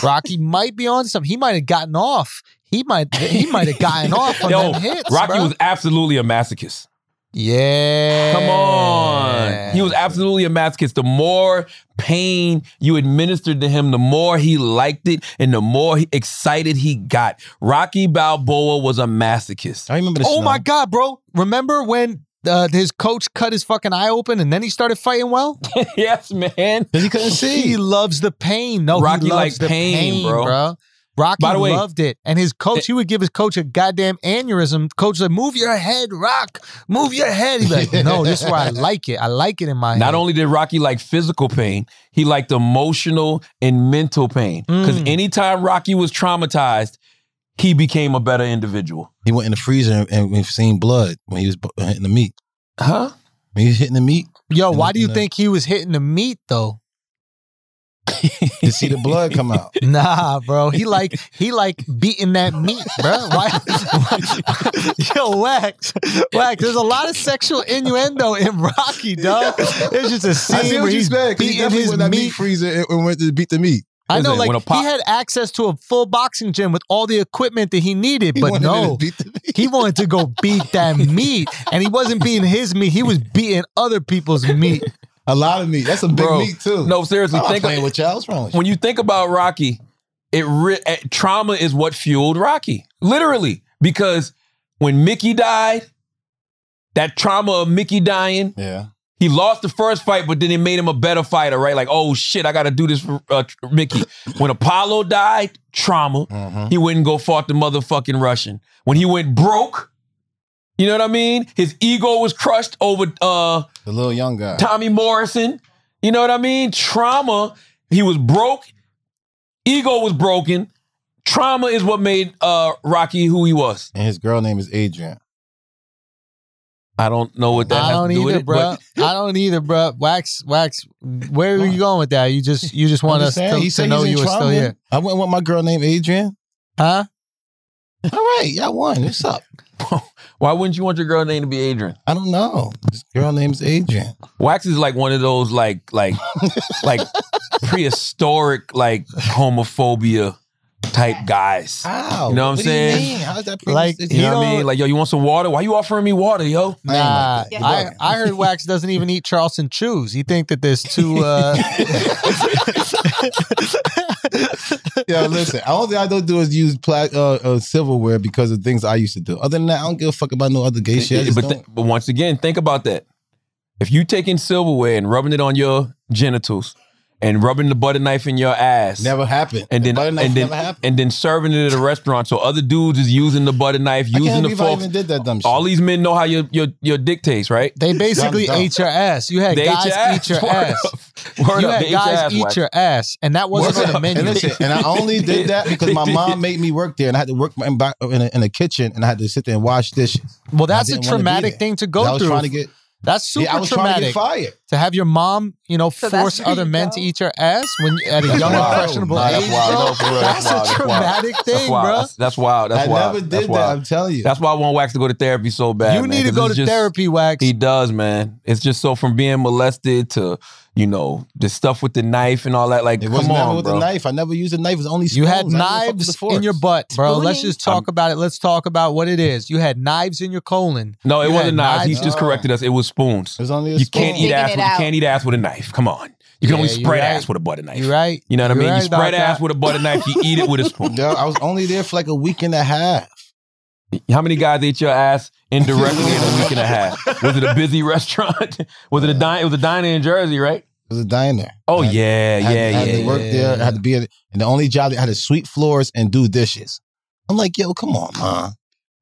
Rocky might be on to something. He might have gotten off. He might he might have gotten off on
Yo,
them hits.
Rocky
bro.
was absolutely a masochist.
Yeah.
Come on. He was absolutely a masochist. The more pain you administered to him, the more he liked it and the more he- excited he got. Rocky Balboa was a masochist.
I remember. The
Oh
snow.
my god, bro! Remember when uh, his coach cut his fucking eye open and then he started fighting well?
yes, man.
Because he couldn't see.
he loves the pain. No,
Rocky
he loves
liked
the
pain, bro.
Rocky
By the way- eh
loved it, and his coach, he would give his coach a goddamn aneurysm. Coach like, "Move your head, Rock. Move your head." He'd be like, "No, this is where I like it. I like it in my
Not
head."
only did Rocky like physical pain, he liked emotional and mental pain. Because
Mm.
anytime Rocky was traumatized, he became a better individual.
He went in the freezer and, and we've seen blood when he was bu- uh, hitting the meat.
Huh?
When he was hitting the meat,
Yo, why do you
No.
think he was hitting the meat though?
to see the blood come out.
Nah, bro. He like he like beating that meat, bro. Why, why- Yo, wax, wax. There's a lot of sexual innuendo in Rocky, dog. It's just a
I see
scene
what
where
you
he's
said. 'cause He
beating
definitely
his
went in that meat
meat.
freezer and, and went to beat the meat.
I know,
Listen,
like
when a pop-
he had access to a full boxing gym with all the equipment that he needed,
He
but
wanted to
no,
beat the meat.
he wanted to go beat that meat, and he wasn't beating his meat. He was beating other people's meat.
A lot of meat. That's a big
Bro,
meat too.
No, seriously,
I'm not
think
playing with y'all. What's wrong with you?
when you think about Rocky, it re- eh, trauma is what fueled Rocky, literally. Because when Mickey died, that trauma of Mickey dying
Yeah.
He lost the first fight, but then it made him a better fighter, right? Like, oh shit, I got to do this for uh, Tr- Mickey. When Apollo died, trauma.
mm-hmm.
He wouldn't go fought the motherfucking Russian. When he went broke, you know what I mean? His ego was crushed over uh,
The little young guy.
Tommy Morrison. You know what I mean? Trauma. He was broke. Ego was broken. Trauma is what made uh, Rocky who he was.
And his girl name is Adrian.
I don't know what that
I
has
don't
to do with
either,
it,
bro.
but
I don't either, bro. Wax, wax. Where are
Why?
you going with that? You just, you just want us to,
Understand? He
to
said
know
he's in
you were still
trauma.
here,
I went with my girl named Adrian.
huh?
All right, y'all won. What's up?
why wouldn't you want your girl name to be Adrian?
I don't know. This girl name's Adrian.
Wax is like one of those like like like prehistoric like homophobia type guys.
Ow.
You know what I'm saying?
How's that
Like,
previous-
You know what I
You
mean?
don't-
Like, yo, you want some water? Why you offering me water, yo?
I ain't
Nah,
like that.
Yeah.
I, I heard Wax doesn't even eat Charleston chews. He think that there's two. Uh,
Yo, listen. The only thing I don't do is use pla- uh, uh, silverware because of things I used to do. Other than that, I don't give a fuck about no other gay shit. I just
but,
don't-
th- but once again, think about that. If you taking silverware and rubbing it on your genitals and rubbing the butter knife in your ass,
never happened.
and then
butter knife
and then
never happened.
and then serving it at a restaurant, so other dudes is using the butter knife,
I can't
using the
believe I
fork.
even did that dumb shit.
All these men know how your your your dick tastes, right?
they basically
Dumb, dumb.
ate your ass. You had
They
guys eat your
Word
ass.
up. Word
you
up.
had
They ate your
guys
ass,
eat
Wax.
your ass, and that wasn't
What's
on the
up?
menu.
And, listen, and I only did that because my mom made me work there, and I had to work in, by, in, a, in a kitchen, and I had to sit there and wash dishes.
Well, that's
I
a
didn't wanna be
traumatic
there.
thing to
'Cause I
go
was
through.
trying to get,
That's super
yeah, I was trying to
traumatic
get fired.
to have your mom, you know,
So that's
force
where
other
you
men
go?
to eat your ass when at a
That's
young
wild.
impressionable
Nah, that's
age.
wild.
bro.
No, for real,
That's,
that's wild.
a
That's wild.
traumatic thing,
That's wild.
bro.
That's, that's wild. That's
I
wild.
never did
That's
that.
wild.
I'm telling you.
That's why I want Wax to go to therapy so bad.
You
man,
need to
'cause
go
it's
to
just-
therapy, Wax.
He does, man. It's just so from being molested to you know the stuff with the knife and all that. Like,
It
come
wasn't never
on,
with
bro.
a knife. I never used a knife. It was only
You had
spoons. I didn't
knives
fuck with the
in your
forks.
butt, bro. Let's
Spooning?
just talk about it. Let's talk about what it is. You had knives in your colon.
No, it
You
wasn't
had
knives. He's
knives.
just corrected us. It was spoons.
It was only a
You
spoon.
can't eat
Digging
ass.
it
With, you
out.
can't eat ass with a knife. Come on. You can
Yeah,
only
you
spread
right.
ass with a butter knife.
You right?
You know what I
You
mean?
right
you spread
about
ass
that.
with a butter knife. You eat it with a spoon.
Yo, I was only there for like a week and a half.
How many guys ate your ass indirectly in a week and a half? Was it a busy restaurant? Was it a dine? It was a diner in Jersey, right?
It was a diner.
Oh
Right.
yeah,
I had, I
yeah,
had
yeah.
to work
yeah,
there. I
yeah.
had to be at and the only job that had to sweep floors and do dishes. I'm like, yo, come on, man.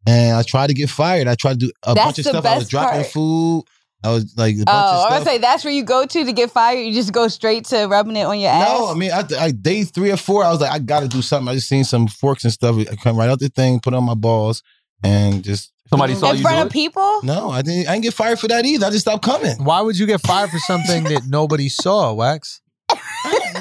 And I tried to get fired. I tried to do a
That's
bunch of
the
stuff. I was
best
dropping
part.
food. I was like a bunch
Oh, I'm
of
gonna
stuff.
say that's where you go to to get fired. You just go straight to rubbing it on your ass.
no, I mean, I, I, day three or four, I was like, I got to do something. I just seen some forks and stuff. I come right out the thing, put on my balls, and just
Somebody saw
in
you
front
do
of
it?
people.
no, I didn't. I didn't get fired for that either. I just stopped coming.
Why would you get fired for something that nobody saw, Wax?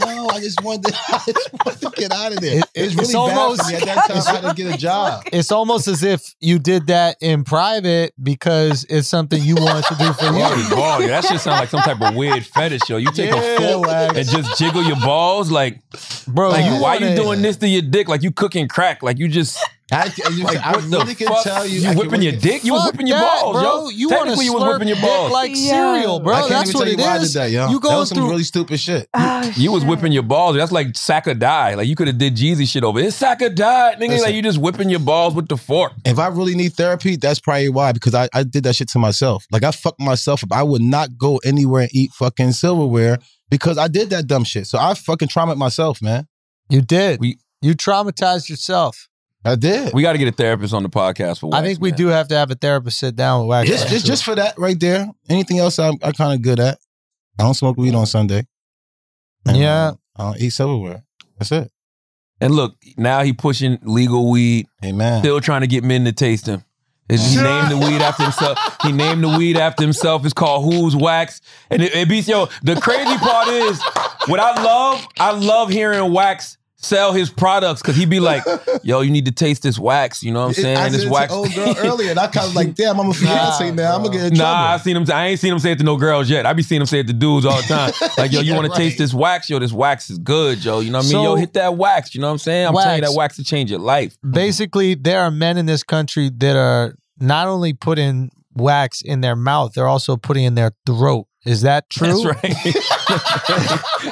no, I just wanted to, I just wanted to get out of there.
It-
it's
it's
really bad
almost-
for me. At that time, I had to get a job.
It's almost as if you did that in private because it's something you wanted to do for you.
Oh, yeah, that shit sound like some type of weird fetish, yo. You take a
Yeah,
fork
Wax.
and just jiggle your balls, like,
Bro,
like
you
why you
wanna-
doing this to your dick? Like you cooking crack? Like you just,
I, I, just-
like,
I
what the
really can
fuck?
tell you.
you
I can
whipping
really
your
can-
dick? You was
Fuck
whipping your
that,
balls, yo.
You want to
Technically, you was whipping your balls.
like
Yeah.
cereal, bro.
I
I can't
That's
even
what
tell
it
you why I did
is.
that, yo.
You
that
going
was some
through Ah.
really stupid shit.
Oh,
you was
shit.
whipping your balls. That's like sack or die. Like you could have did Jeezy shit over. It's sack or die, nigga.
Listen.
Like you just whipping your balls with the fork.
If I really need therapy, that's probably why because I, I did that shit to myself. Like I fucked myself up. I would not go anywhere and eat fucking silverware because I did that dumb shit. So I fucking traumatized myself, man.
You did.
We-
you traumatized yourself.
I did.
We got to get a therapist on the podcast for. Wax,
I think we
man.
do have to have a therapist sit down with Wax.
just, just just for that right there. Anything else I'm I kind of good at. I don't smoke weed on Sunday.
Yeah.
I don't eat silverware. That's it.
And look, now he pushing legal weed,
Amen.
still trying to get men to taste him. It's- He named the weed after himself. He named the weed after himself. It's called Who's Wax. And it, it beats yo. The crazy part is what I love. I love hearing Wax sell his products because he be like, "Yo, you need to taste this wax." You know what I'm saying?
I
this
said
wax.
to old girl earlier, and I kind of like, damn, I'm a fiance now. I'm gonna get in
Nah, I
trouble.
seen him. I ain't seen him say it to no girls yet. I be seeing him say it to dudes all the time. Like, yo, you
Yeah,
want
right.
to taste this wax? Yo, this wax is good, yo. You know what I mean? yo,
So-
hit that wax. You know what I'm saying? I'm telling you,
Wax.
that wax will change your life.
basically there are men in this country that are not only putting wax in their mouth, they're also putting in their throat Is that true?
That's right.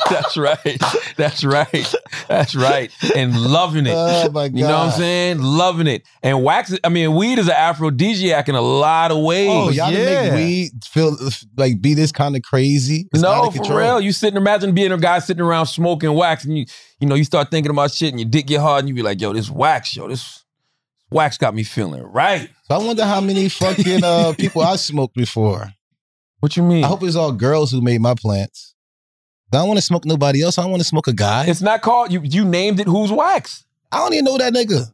That's right. That's right. That's right. And loving it.
Oh my god!
You know what I'm saying? Loving it. And wax, I mean, weed is an aphrodisiac in a lot of ways.
Oh, y'all yeah.
Yeah.
make weed feel like be this kind of crazy. It's out
no,
of
for
control.
real. You sitting, imagine being a guy sitting around smoking wax and you, you know, you start thinking about shit and your dick get hard and you be like, yo, this wax, yo, this wax got me feeling right.
So I wonder how many fucking uh, people I smoked before.
What you mean?
I hope it's all girls who made my plants. I don't want to smoke nobody else. I don't want to smoke a guy.
it's not called, you you named it who's wax.
I don't even know that nigga.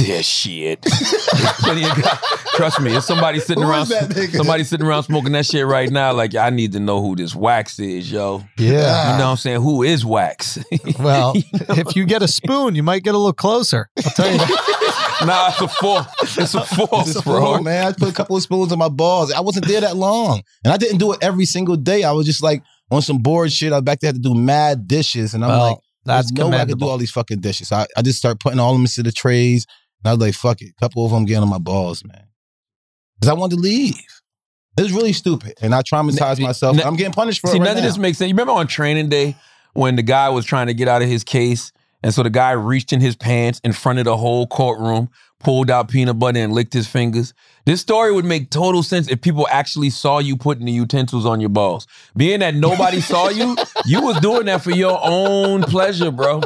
yeah, shit. There's plenty of guys- Trust me, if somebody sitting
Who
around
is that nigga?
somebody sitting around smoking that shit right now, like I need to know who this wax is, yo.
Yeah.
You know what I'm saying? Who is wax?
Well, if you get a spoon, you might get a little closer. I'll tell you that.
nah, it's a fork. It's a fork,
It's a
bro.
fool, man. I put a couple of spoons in my balls. I wasn't there that long, and I didn't do it every single day. I was just like on some bored shit. I was back there had to do mad dishes, and I'm
Well,
like,
That's
no way I could do
commendable.
all these fucking dishes. So I, I just start putting all of them into the trays, and I was like, fuck it, couple of them getting on my balls, man, because I wanted to leave. It's really stupid, and I traumatized myself.
n-
I'm getting punished for
See,
it. right
none of
now.
this makes sense. You remember on training day when the guy was trying to get out of his case, and so the guy reached in his pants in front of the whole courtroom, pulled out peanut butter and licked his fingers. This story would make total sense if people actually saw you putting the utensils on your balls. Being that nobody saw you, you was doing that for your own pleasure, bro.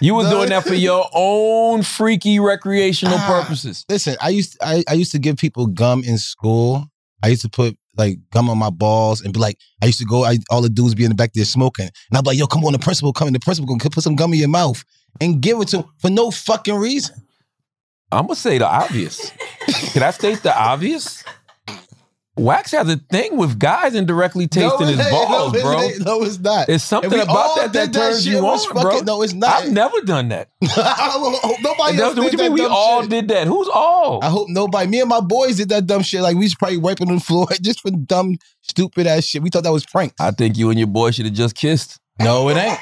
You was
No.
doing that for your own freaky recreational
Ah.
purposes.
Listen, I used I, I used to give people gum in school. I used to put like gum on my balls and be like, I used to go, I, all the dudes be in the back there smoking. And I'd be like, yo, come on, the principal coming, the principal gonna put some gum in your mouth and give it to him for no fucking reason.
I'm gonna say the obvious. Can I state the obvious? Wax has a thing with guys indirectly tasting
no, it
his
ain't.
balls,
no, it
bro.
ain't. No, it's not.
It's
And
something
we
about
all
that that
did that
turns
shit.
you
It was
on, bro.
fucking- no, it's not.
I've never done that.
I don't hope nobody
That-
else
what do you
did that
mean we
dumb
all
shit.
did that? Who's all?
I hope nobody. Me and my boys did that dumb shit. Like we was probably wiping on the floor just for dumb, stupid ass shit. We thought that was prank.
I think you and your boy should have just kissed.
No, it ain't.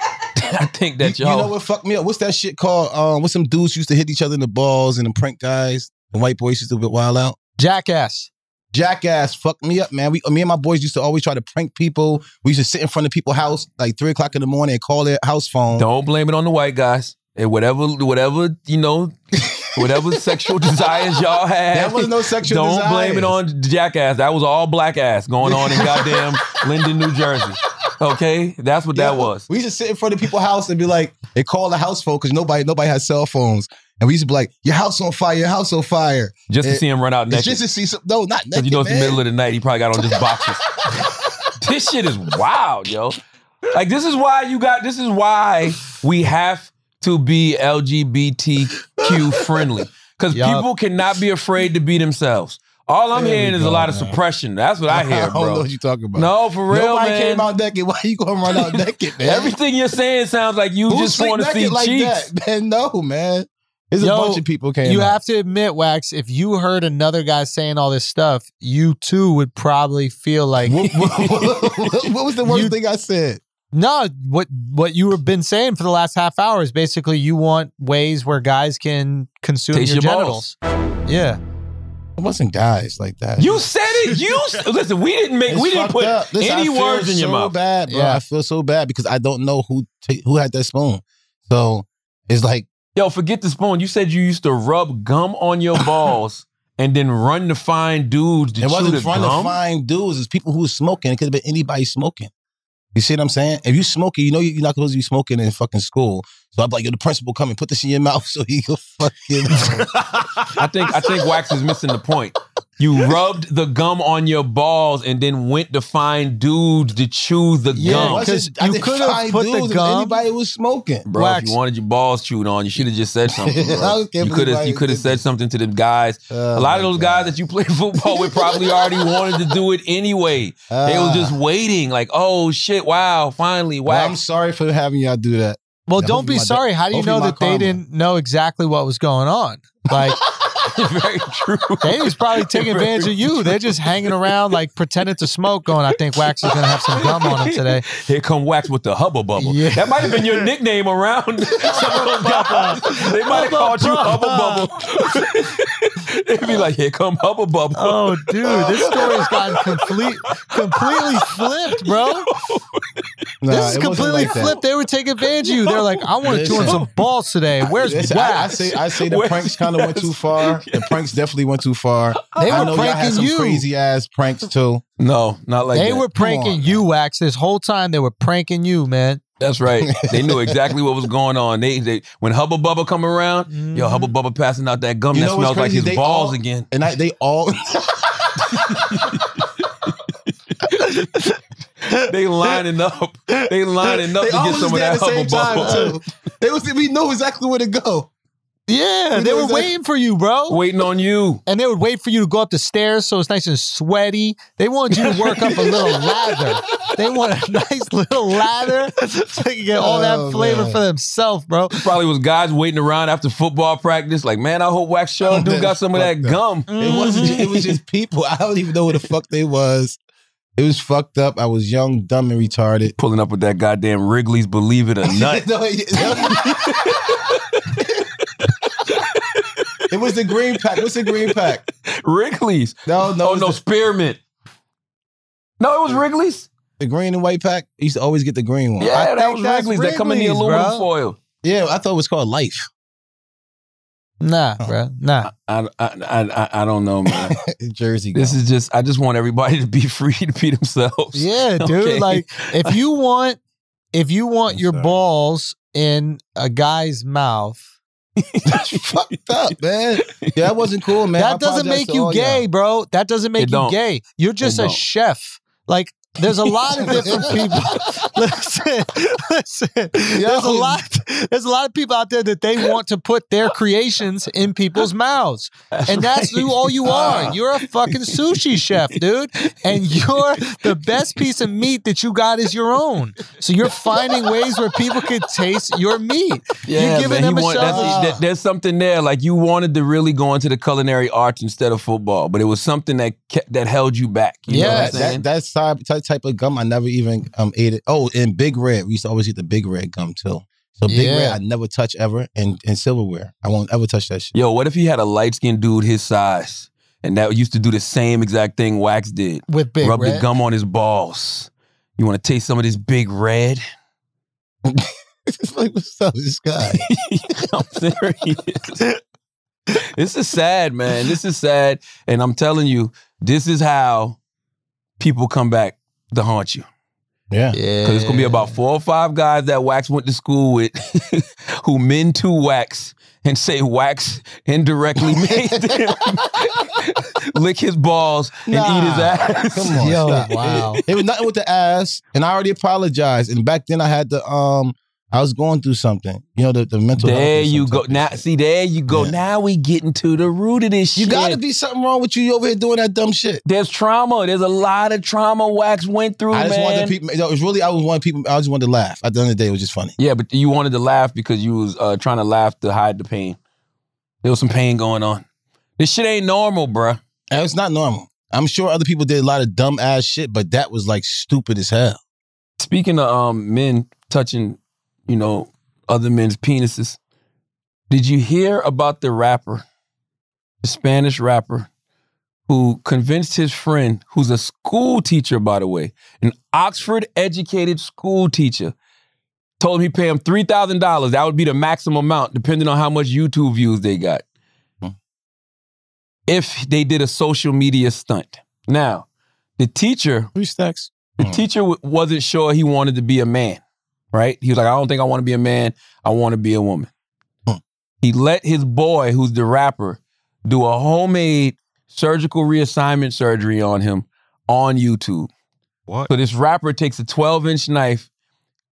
I think that
You,
y'all.
you know what fucked me up? What's that shit called? Um, what some dudes used to hit each other in the balls and the prank guys. The white boys used to get wild out.
Jackass.
Jackass fucked me up, man. We, me and my boys used to always try to prank people. We used to sit in front of people's house like three o'clock in the morning and call their house phone.
Don't blame it on the white guys. And whatever, whatever you know, whatever sexual desires y'all had.
That was no sexual.
Don't
desires.
blame it on jackass. That was all black ass going on in goddamn Linden, New Jersey. Okay, that's what
Yeah,
that was.
We used to sit in front of people's house and be like, they call the house phone because nobody nobody has cell phones, and we used to be like, your house on fire, your house on fire.
Just to
It-
see him run out
It's
naked.
just to see some. No, not
Because
naked,
you know it's
man.
the middle of the night. He probably got on just boxes. this shit is wild, yo. Like this is why you got. This is why we have to be LGBTQ friendly. Because
Yup.
people cannot be afraid to be themselves. All I'm
There we
hearing is
go,
a lot of
man.
suppression. That's what I
I
hear,
don't know
bro.
what you're talking about.
No, for real,
nobody
man.
came out naked. Why you gonna run out naked, man?
Everything you're saying sounds like you
Who
just
sleep
want to
naked
see
like
cheeks.
that? Man, no, man. There's
Yo,
a bunch of people came.
you
out.
have to admit, Wax, if you heard another guy saying all this stuff, you too would probably feel like
what, what- what- what was the worst
You-
thing I said?
No, what what you have been saying for the last half hour is basically you want ways where guys can consume
Taste
your,
your
genitals. Yeah.
It wasn't guys like that.
You said it. You s- listen. We didn't make.
It's
we didn't
fucked
put
up. Listen, I
any
feel
words in your
so
mouth.
Bad, bro.
Yeah.
I feel so bad because I don't know who ta- who had that spoon. So it's like
Yo, forget the spoon. You said you used to rub gum on your balls and then run to find dudes to
it
chew
wasn't
the
trying
gum.
to find dudes. It's people who was smoking. It could have been anybody smoking. You see what I'm saying? If you smoking, you know you're not supposed to be smoking in fucking school. So I'm like, yo, the principal come and put this in your mouth so he can fucking.
I think I think Wax is missing the point. You rubbed the gum on your balls and then went to find dudes to chew the
Yeah,
gum.
what's- 'cause you could've put the gum-
Anybody was smoking.
Bro, if
Wax.
you wanted your balls chewed on, you should have just said something. bro.
I can't
you
believe
could
I
have you
didn't
could have
think
said
this.
something to the guys.
Oh
a lot of those guys that you played football with probably already wanted to do it anyway. they
Ah.
was just waiting, like, oh shit, wow, finally,
Well,
wow.
I'm sorry for having y'all do that.
Well,
Yeah,
don't
hopefully
be
my-
sorry. How do you
hopefully
know
my
that they
karma.
didn't know exactly what was going on? Like
Very true.
they was probably taking advantage of you. They're just hanging around, like pretending to smoke, going, I think Wax is gonna have some gum on him today.
Here come Wax with the Hubba Bubble.
Yeah.
That might have been your nickname around some of those guys. They might have called you Hubba Bubble. It'd be like, here come Hubba Bubba.
Oh, dude, this story's gotten complete, completely flipped, bro.
Nah,
this is
it wasn't
completely
like that.
flipped. They were taking advantage of you. They're like, I want to
Listen.
join some balls today. Where's
Listen, I, I
Wax?
say I say the
Wes-
pranks kind of went too far. The pranks definitely went too far.
They
I
were
know y'all had
pranking
some
you.
crazy ass pranks too.
No, not like
they
that.
were pranking
on.
you, Wax. This whole time they were pranking you, man.
That's right. They knew exactly what was going on. They, they when Hubba Bubba come around,
Mm-hmm.
yo, Hubba Bubba passing out that gum
You
that
know what's
smells like
crazy?
his
They
balls
all-
again.
And I, they all
They lining up. They lining up
they
to
all
get
was
some of that
there at
Hubba
the same
Bubba.
time too. They was we know exactly where to go.
Yeah,
You
they
know
were
exactly-
waiting for you, bro.
Waiting on you.
And they would wait for you to go up the stairs so it's nice and sweaty. They wanted you to work up a little lather. They want a nice little lather so they can get all
Oh,
that flavor
man.
for themselves, bro.
Probably was guys waiting around after football practice. Like, man, I hope Wax Show dude got some of that gum.
It wasn't. ju- It was just people. I don't even know who the fuck they was. It was fucked up. I was young, dumb, and retarded.
Pulling up with that goddamn Wrigley's, believe it or not.
No, it, no. It was the green pack. What's the green pack?
Wrigley's.
No,
oh
no, it was
no,
the,
spearmint. No, it was Wrigley's.
the green and white pack. I used to always get the green one. I
Yeah, that
think
was
that's
Wrigley's. That come in the
Wrigley's,
aluminum
bro.
foil.
Yeah, I thought it was called Life.
Nah, bro. Nah.
I, I, I, I- I don't know, man.
Jersey.
this
This
is just, I just want everybody to be free to be themselves.
Yeah, dude.
Okay.
Like if you want if you want
I'm
your
sorry.
balls in a guy's mouth,
is fucked up, man. Yeah, that wasn't cool, man. I
that doesn't
apologize
make
to
you
all
gay,
y'all.
bro. That doesn't make
It
you
don't.
gay. You're just a
don't.
chef. Like there's a lot of different people. listen, listen. There's a
Yo.
lot. There's a lot of people out there that they want to put their creations in people's mouths, and that's who all you are. You're a fucking sushi chef, dude, and you're the best piece of meat that you got is your own. So you're finding ways where people can taste your meat. you're giving them
he
a
want-
shot.
that's- there- there's something there. Like you wanted to really go into the culinary arts instead of football, but it was something that kept, that held you back. You know what
Yeah,
I'm
That,
saying?
that, that's type, ty- type of gum I never even um ate it. Oh, and Big Red. We used to always get the Big Red gum too. So Big
Yeah.
Red I never touch ever and, and silverware. I won't ever touch that shit.
Yo, what if he had a light skinned dude his size and that used to do the same exact thing Wax did?
With big
Rub the
red.
gum on his balls. You want to taste some of this big red?
it's like, what's up, this guy?
I'm serious. this is sad, man. This is sad. And I'm telling you, this is how people come back to haunt you.
yeah.
Because it's going to be about four or five guys that Wax went to school with who men to Wax and say Wax indirectly made them lick his balls and eat his
Nah.
ass.
Come on.
Yo,
stop.
wow.
It, it was nothing with the ass, and I already apologized. And back then I had the um I was going through something. You know, the, the mental health
There
or
you
some
go.
type of
Now,
shit.
see, there you go.
Yeah.
Now we getting to the root of this
You
shit.
gotta be something wrong with you. You over here doing that dumb shit.
There's trauma. There's a lot of trauma Wax went through,
I just
man.
wanted people it was really I was wanting people I just wanted to laugh. At the end of the day, it was just funny.
Yeah, but you wanted to laugh because you was uh, trying to laugh to hide the pain. There was some pain going on. This shit ain't normal, bruh.
And It's not normal. I'm sure other people did a lot of dumb ass shit, but that was like stupid as hell.
Speaking of um, men touching, you know, other men's penises, did you hear about the rapper, the Spanish rapper, who convinced his friend, who's a school teacher, by the way, an Oxford educated school teacher, told him he'd pay him $3,000. That would be the maximum amount, depending on how much YouTube views they got. If they did a social media stunt. Now, the teacher
Three stacks.
the
Mm.
teacher w- wasn't sure he wanted to be a man, right? He was like, I don't think I want to be a man. I want to be a woman.
Mm.
He let his boy, who's the rapper, do a homemade surgical reassignment surgery on him on YouTube.
What?
So this rapper takes a 12 inch knife,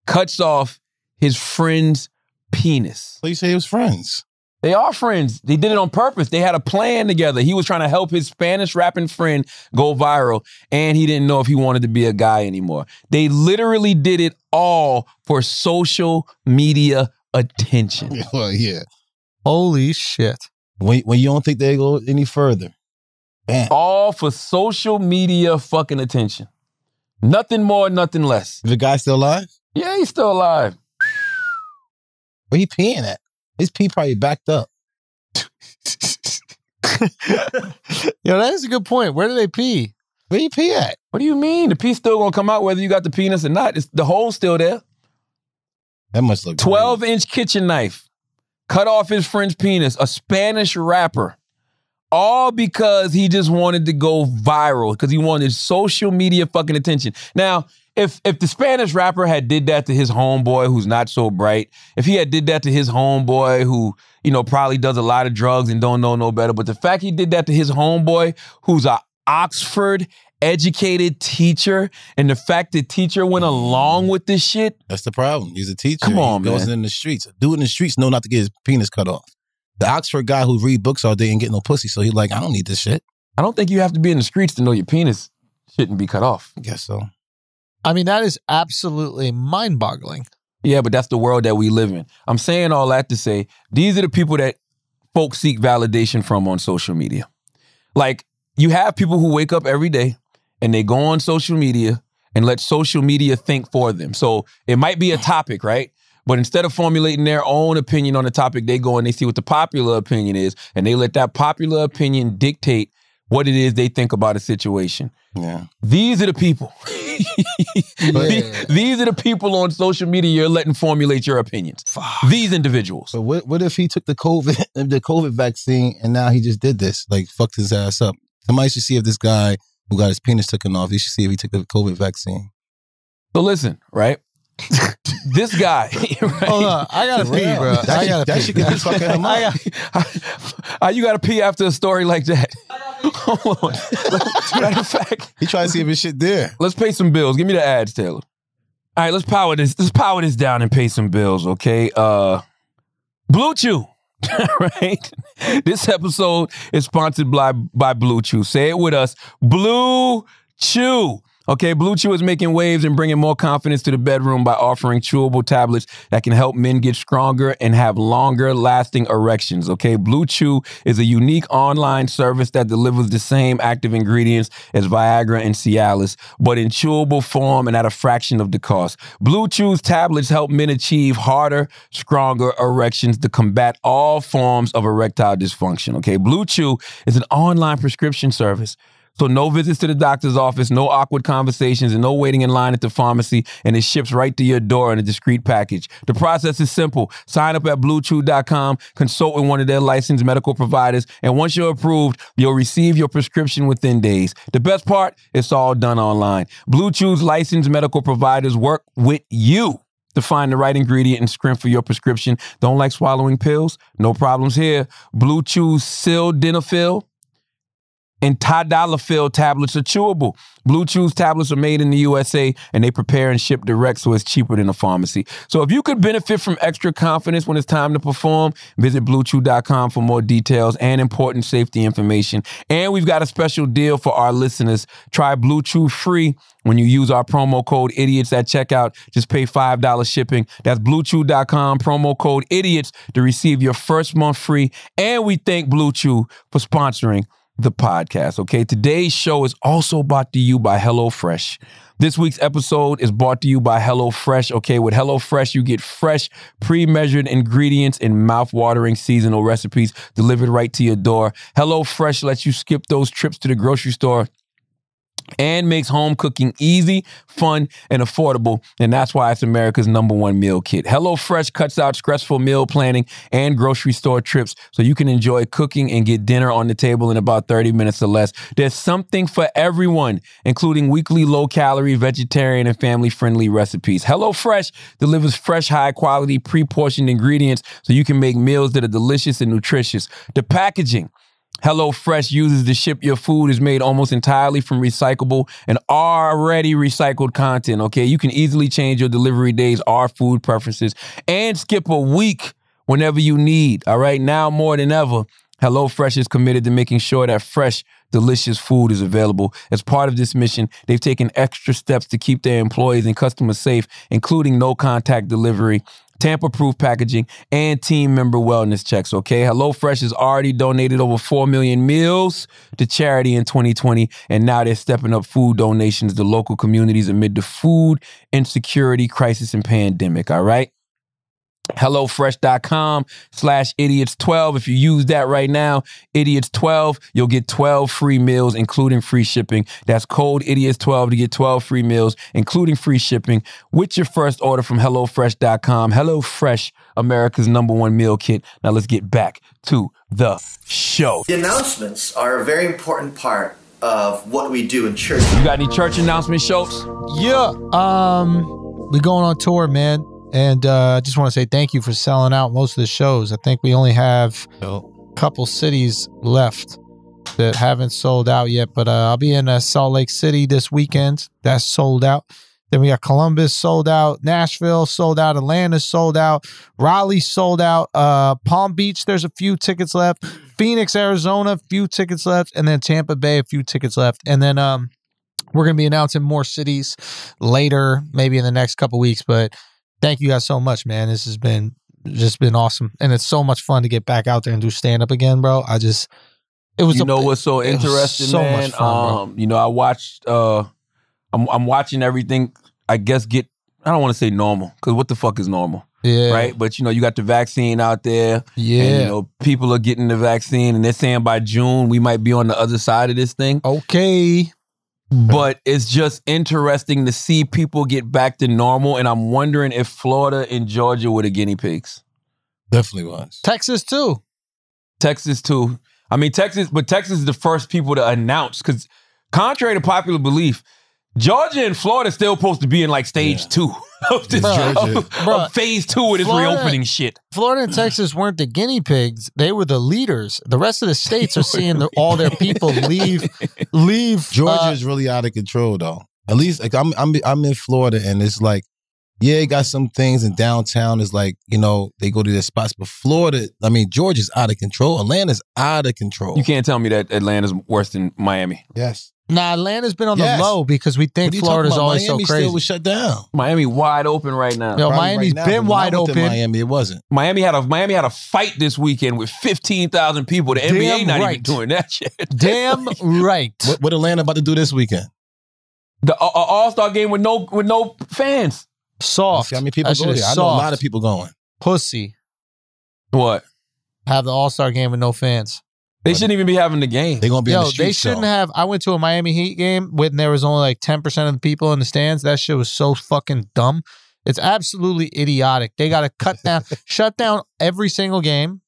cuts off his friend's penis.
So you say it was friends.
They are friends. They did it on purpose. They had a plan together. He was trying to help his Spanish rapping friend go viral, and he didn't know if he wanted to be a guy anymore. They literally did it all for social media attention.
well, yeah.
Holy shit.
When, when you don't think they go any further. Bam.
All for social media fucking attention. Nothing more, nothing less.
The guy still alive?
Yeah, he's still alive.
Where he peeing at? His pee probably backed up.
Yo, that is a good point. Where do they pee?
Where you pee at?
What do you mean? The piece still gonna come out whether you got the penis or not. It's the hole's still there.
That must look
Twelve inch kitchen knife. Cut off his French penis. A Spanish rapper. All because he just wanted to go viral because he wanted social media fucking attention. Now, if if the Spanish rapper had did that to his homeboy who's not so bright, if he had did that to his homeboy who you know probably does a lot of drugs and don't know no better, but the fact he did that to his homeboy who's a Oxford educated teacher, and the fact that teacher went along with this shit,
That's the problem. He's a teacher.
Come on,
he goes
man.
in the streets. Dude in the streets know not to get his penis cut off. The Oxford guy who read books all day and get no pussy, so he like, I don't need this shit.
I don't think you have to be in the streets to know your penis shouldn't be cut off.
I guess so.
I mean, that is absolutely mind boggling.
Yeah, but that's the world that we live in. I'm saying all that to say these are the people that folks seek validation from on social media. Like you have people who wake up every day and they go on social media and let social media think for them. So it might be a topic, right? But instead of formulating their own opinion on the topic, they go and they see what the popular opinion is and they let that popular opinion dictate what it is they think about a situation.
Yeah.
These are the people.
Yeah.
These are the people on social media you're letting formulate your opinions. These individuals.
So what what if he took the COVID the COVID vaccine and now he just did this? Like fucked his ass up. Somebody should see if this guy who got his penis taken off, he should see if he took the COVID vaccine.
So listen, right? this guy. right?
Hold on, I gotta pee, bro.
That
I
should-
gotta
that
pee.
should get his fucking him
I
out.
got- I- you got to pee after a story like that. Hold on. Matter of fact,
He tried to see if his shit there.
let's pay some bills. Give me the ads, Taylor. All right, let's power this. Let's power this down and pay some bills, okay? Uh Blue Chew. right? This episode is sponsored by by Blue Chew. Say it with us. Blue Chew. Okay, Blue Chew is making waves and bringing more confidence to the bedroom by offering chewable tablets that can help men get stronger and have longer lasting erections. Okay, Blue Chew is a unique online service that delivers the same active ingredients as Viagra and Cialis, but in chewable form and at a fraction of the cost. Blue Chew's tablets help men achieve harder, stronger erections to combat all forms of erectile dysfunction. Okay, Blue Chew is an online prescription service. So no visits to the doctor's office, no awkward conversations, and no waiting in line at the pharmacy, and it ships right to your door in a discreet package. The process is simple. Sign up at bluechew.com, consult with one of their licensed medical providers, and once you're approved, you'll receive your prescription within days. The best part, it's all done online. Blue Chew's licensed medical providers work with you to find the right ingredient and strength for your prescription. Don't like swallowing pills? No problems here. Blue Chew's Sildenafil and Tadalafil tablets are chewable. Blue Chew's tablets are made in the USA and they prepare and ship direct so it's cheaper than a pharmacy. So if you could benefit from extra confidence when it's time to perform, visit bluechew.com for more details and important safety information. And we've got a special deal for our listeners. Try Blue Chew free when you use our promo code idiots at checkout. Just pay $5 shipping. That's bluechew.com promo code idiots to receive your first month free. And we thank Blue Chew for sponsoring the podcast. Okay, today's show is also brought to you by HelloFresh. This week's episode is brought to you by HelloFresh. Okay, with HelloFresh, you get fresh, pre measured ingredients and mouth watering seasonal recipes delivered right to your door. HelloFresh lets you skip those trips to the grocery store and makes home cooking easy, fun, and affordable. And that's why it's America's number one meal kit. HelloFresh cuts out stressful meal planning and grocery store trips so you can enjoy cooking and get dinner on the table in about 30 minutes or less. There's something for everyone, including weekly low calorie, vegetarian, and family friendly recipes. HelloFresh delivers fresh, high quality, pre portioned ingredients so you can make meals that are delicious and nutritious. The packaging, HelloFresh uses to ship your food is made almost entirely from recyclable and already recycled content. Okay, you can easily change your delivery days or food preferences and skip a week whenever you need. All right, now more than ever, HelloFresh is committed to making sure that fresh, delicious food is available. As part of this mission, they've taken extra steps to keep their employees and customers safe, including no contact delivery. Tampa proof packaging, and team member wellness checks, okay? HelloFresh has already donated over 4 million meals to charity in 2020, and now they're stepping up food donations to local communities amid the food insecurity crisis and pandemic, all right? HelloFresh.com slash idiots12. If you use that right now, idiots12, you'll get 12 free meals, including free shipping. That's code idiots12 to get 12 free meals, including free shipping, with your first order from HelloFresh.com. HelloFresh, America's number one meal kit. Now let's get back to the show.
The announcements are a very important part of what we do in church.
You got any church announcements, Schultz?
Yeah. Um, we going on tour, man. And uh, I just want to say thank you for selling out most of the shows. I think we only have a couple cities left that haven't sold out yet. But uh, I'll be in uh, Salt Lake City this weekend. That's sold out. Then we got Columbus sold out, Nashville sold out, Atlanta sold out, Raleigh sold out, uh, Palm Beach. There's a few tickets left. Phoenix, Arizona, a few tickets left, and then Tampa Bay, a few tickets left, and then um, we're gonna be announcing more cities later, maybe in the next couple weeks. But thank you guys so much, man. This has been just been awesome, and it's so much fun to get back out there and do stand up again, bro. I just it was
you
a-
know what's so
it was
interesting,
so
man?
much fun, bro.
um, you know, I watched. uh I'm I'm watching everything. I guess get. I don't want to say normal because what the fuck is normal,
yeah,
right? But you know, you got the vaccine out there.
Yeah.
And, you know, people are getting the vaccine, and they're saying by June we might be on the other side of this thing.
okay,
But it's just interesting to see people get back to normal, and I'm wondering if Florida and Georgia were the guinea pigs.
Definitely was.
Texas too.
Texas too. I mean Texas, but Texas is the first people to announce because, contrary to popular belief, Georgia and Florida still supposed to be in like stage
Yeah.
two of this
Bruh.
of-
Bruh.
of phase two of this
Florida-
reopening shit.
Florida and Texas weren't the guinea pigs; they were the leaders. The rest of the states are seeing the, all their people leave, leave
Georgia
uh,
is really out of control though. At least like I'm I'm I'm in Florida and it's like yeah, you got some things in downtown is like, you know, they go to their spots, but Florida, I mean, Georgia's out of control. Atlanta's out of control.
You can't tell me that Atlanta's worse than Miami.
Yes.
Now Atlanta's been on
Yes.
the low because we think
What are you
Florida's
talking about?
always
Miami
so crazy.
still was shut down.
Miami wide open right now.
Yo,
Probably
Miami's
right now,
been
but when I
wide
went to
open.
Miami, it wasn't.
Miami had a Miami had a fight this weekend with fifteen thousand people. The NBA
Damn
not even
right.
doing that shit.
Damn right.
What, what Atlanta about to do this weekend?
The All Star game with no with no fans.
Soft.
See how many people
That shit
go
is
there? I know a
soft.
lot of people going.
Pussy.
What?
Have the All Star game with no fans.
They shouldn't even be having the game.
They're gonna be in
Yo,
the
they
streets.
shouldn't
though.
have. I went to a Miami Heat game when there was only like ten percent of the people in the stands. That shit was so fucking dumb. It's absolutely idiotic. They got to cut down, shut down every single game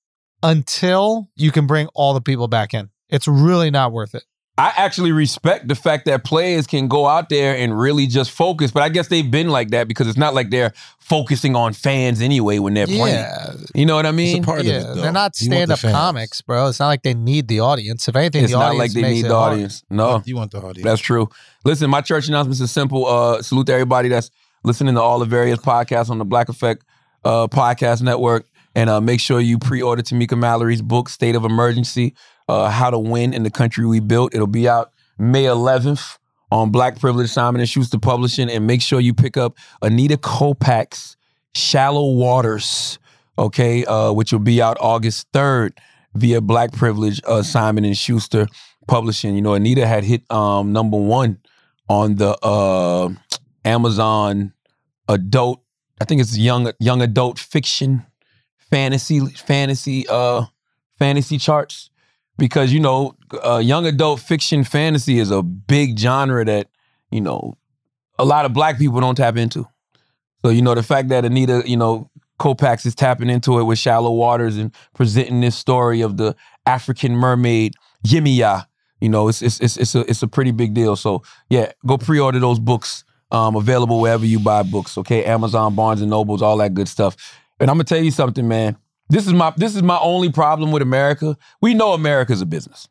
until you can bring all the people back in. It's really not worth it.
I actually respect the fact that players can go out there and really just focus, but I guess they've been like that because it's not like they're focusing on fans anyway when they're playing. You know what I
It's a
mean?
part
yeah,
of it, though.
they're not
You want
stand
the
up
fans.
comics, bro. It's not like they need the audience. If anything,
It's
the
not
audience
like they
makes
need
it
the
hard.
audience. No,
You want the audience.
Oh. that's true. Listen, my church announcements is simple. Uh, salute to everybody that's listening to all the various podcasts on the Black Effect uh, Podcast Network. And uh, make sure you pre order Tamika Mallory's book, State of Emergency uh, How to Win in the Country We Built. It'll be out May 11th. on Black Privilege Simon and Schuster Publishing, and make sure you pick up Anita Kopak's Shallow Waters, okay, uh, which will be out August third via Black Privilege uh, Simon and Schuster Publishing. You know, Anita had hit um, number one on the uh, Amazon adult, I think it's young young adult fiction fantasy fantasy uh fantasy charts because you know uh, young adult fiction fantasy is a big genre that you know a lot of black people don't tap into so you know the fact that anita you know Kopax is tapping into it with shallow waters and presenting this story of the african mermaid yimiya you know it's it's it's, it's a it's a pretty big deal so yeah go pre-order those books um, available wherever you buy books okay amazon barnes and nobles all that good stuff and i'm gonna tell you something man this is my this is my only problem with America. We know America's a business.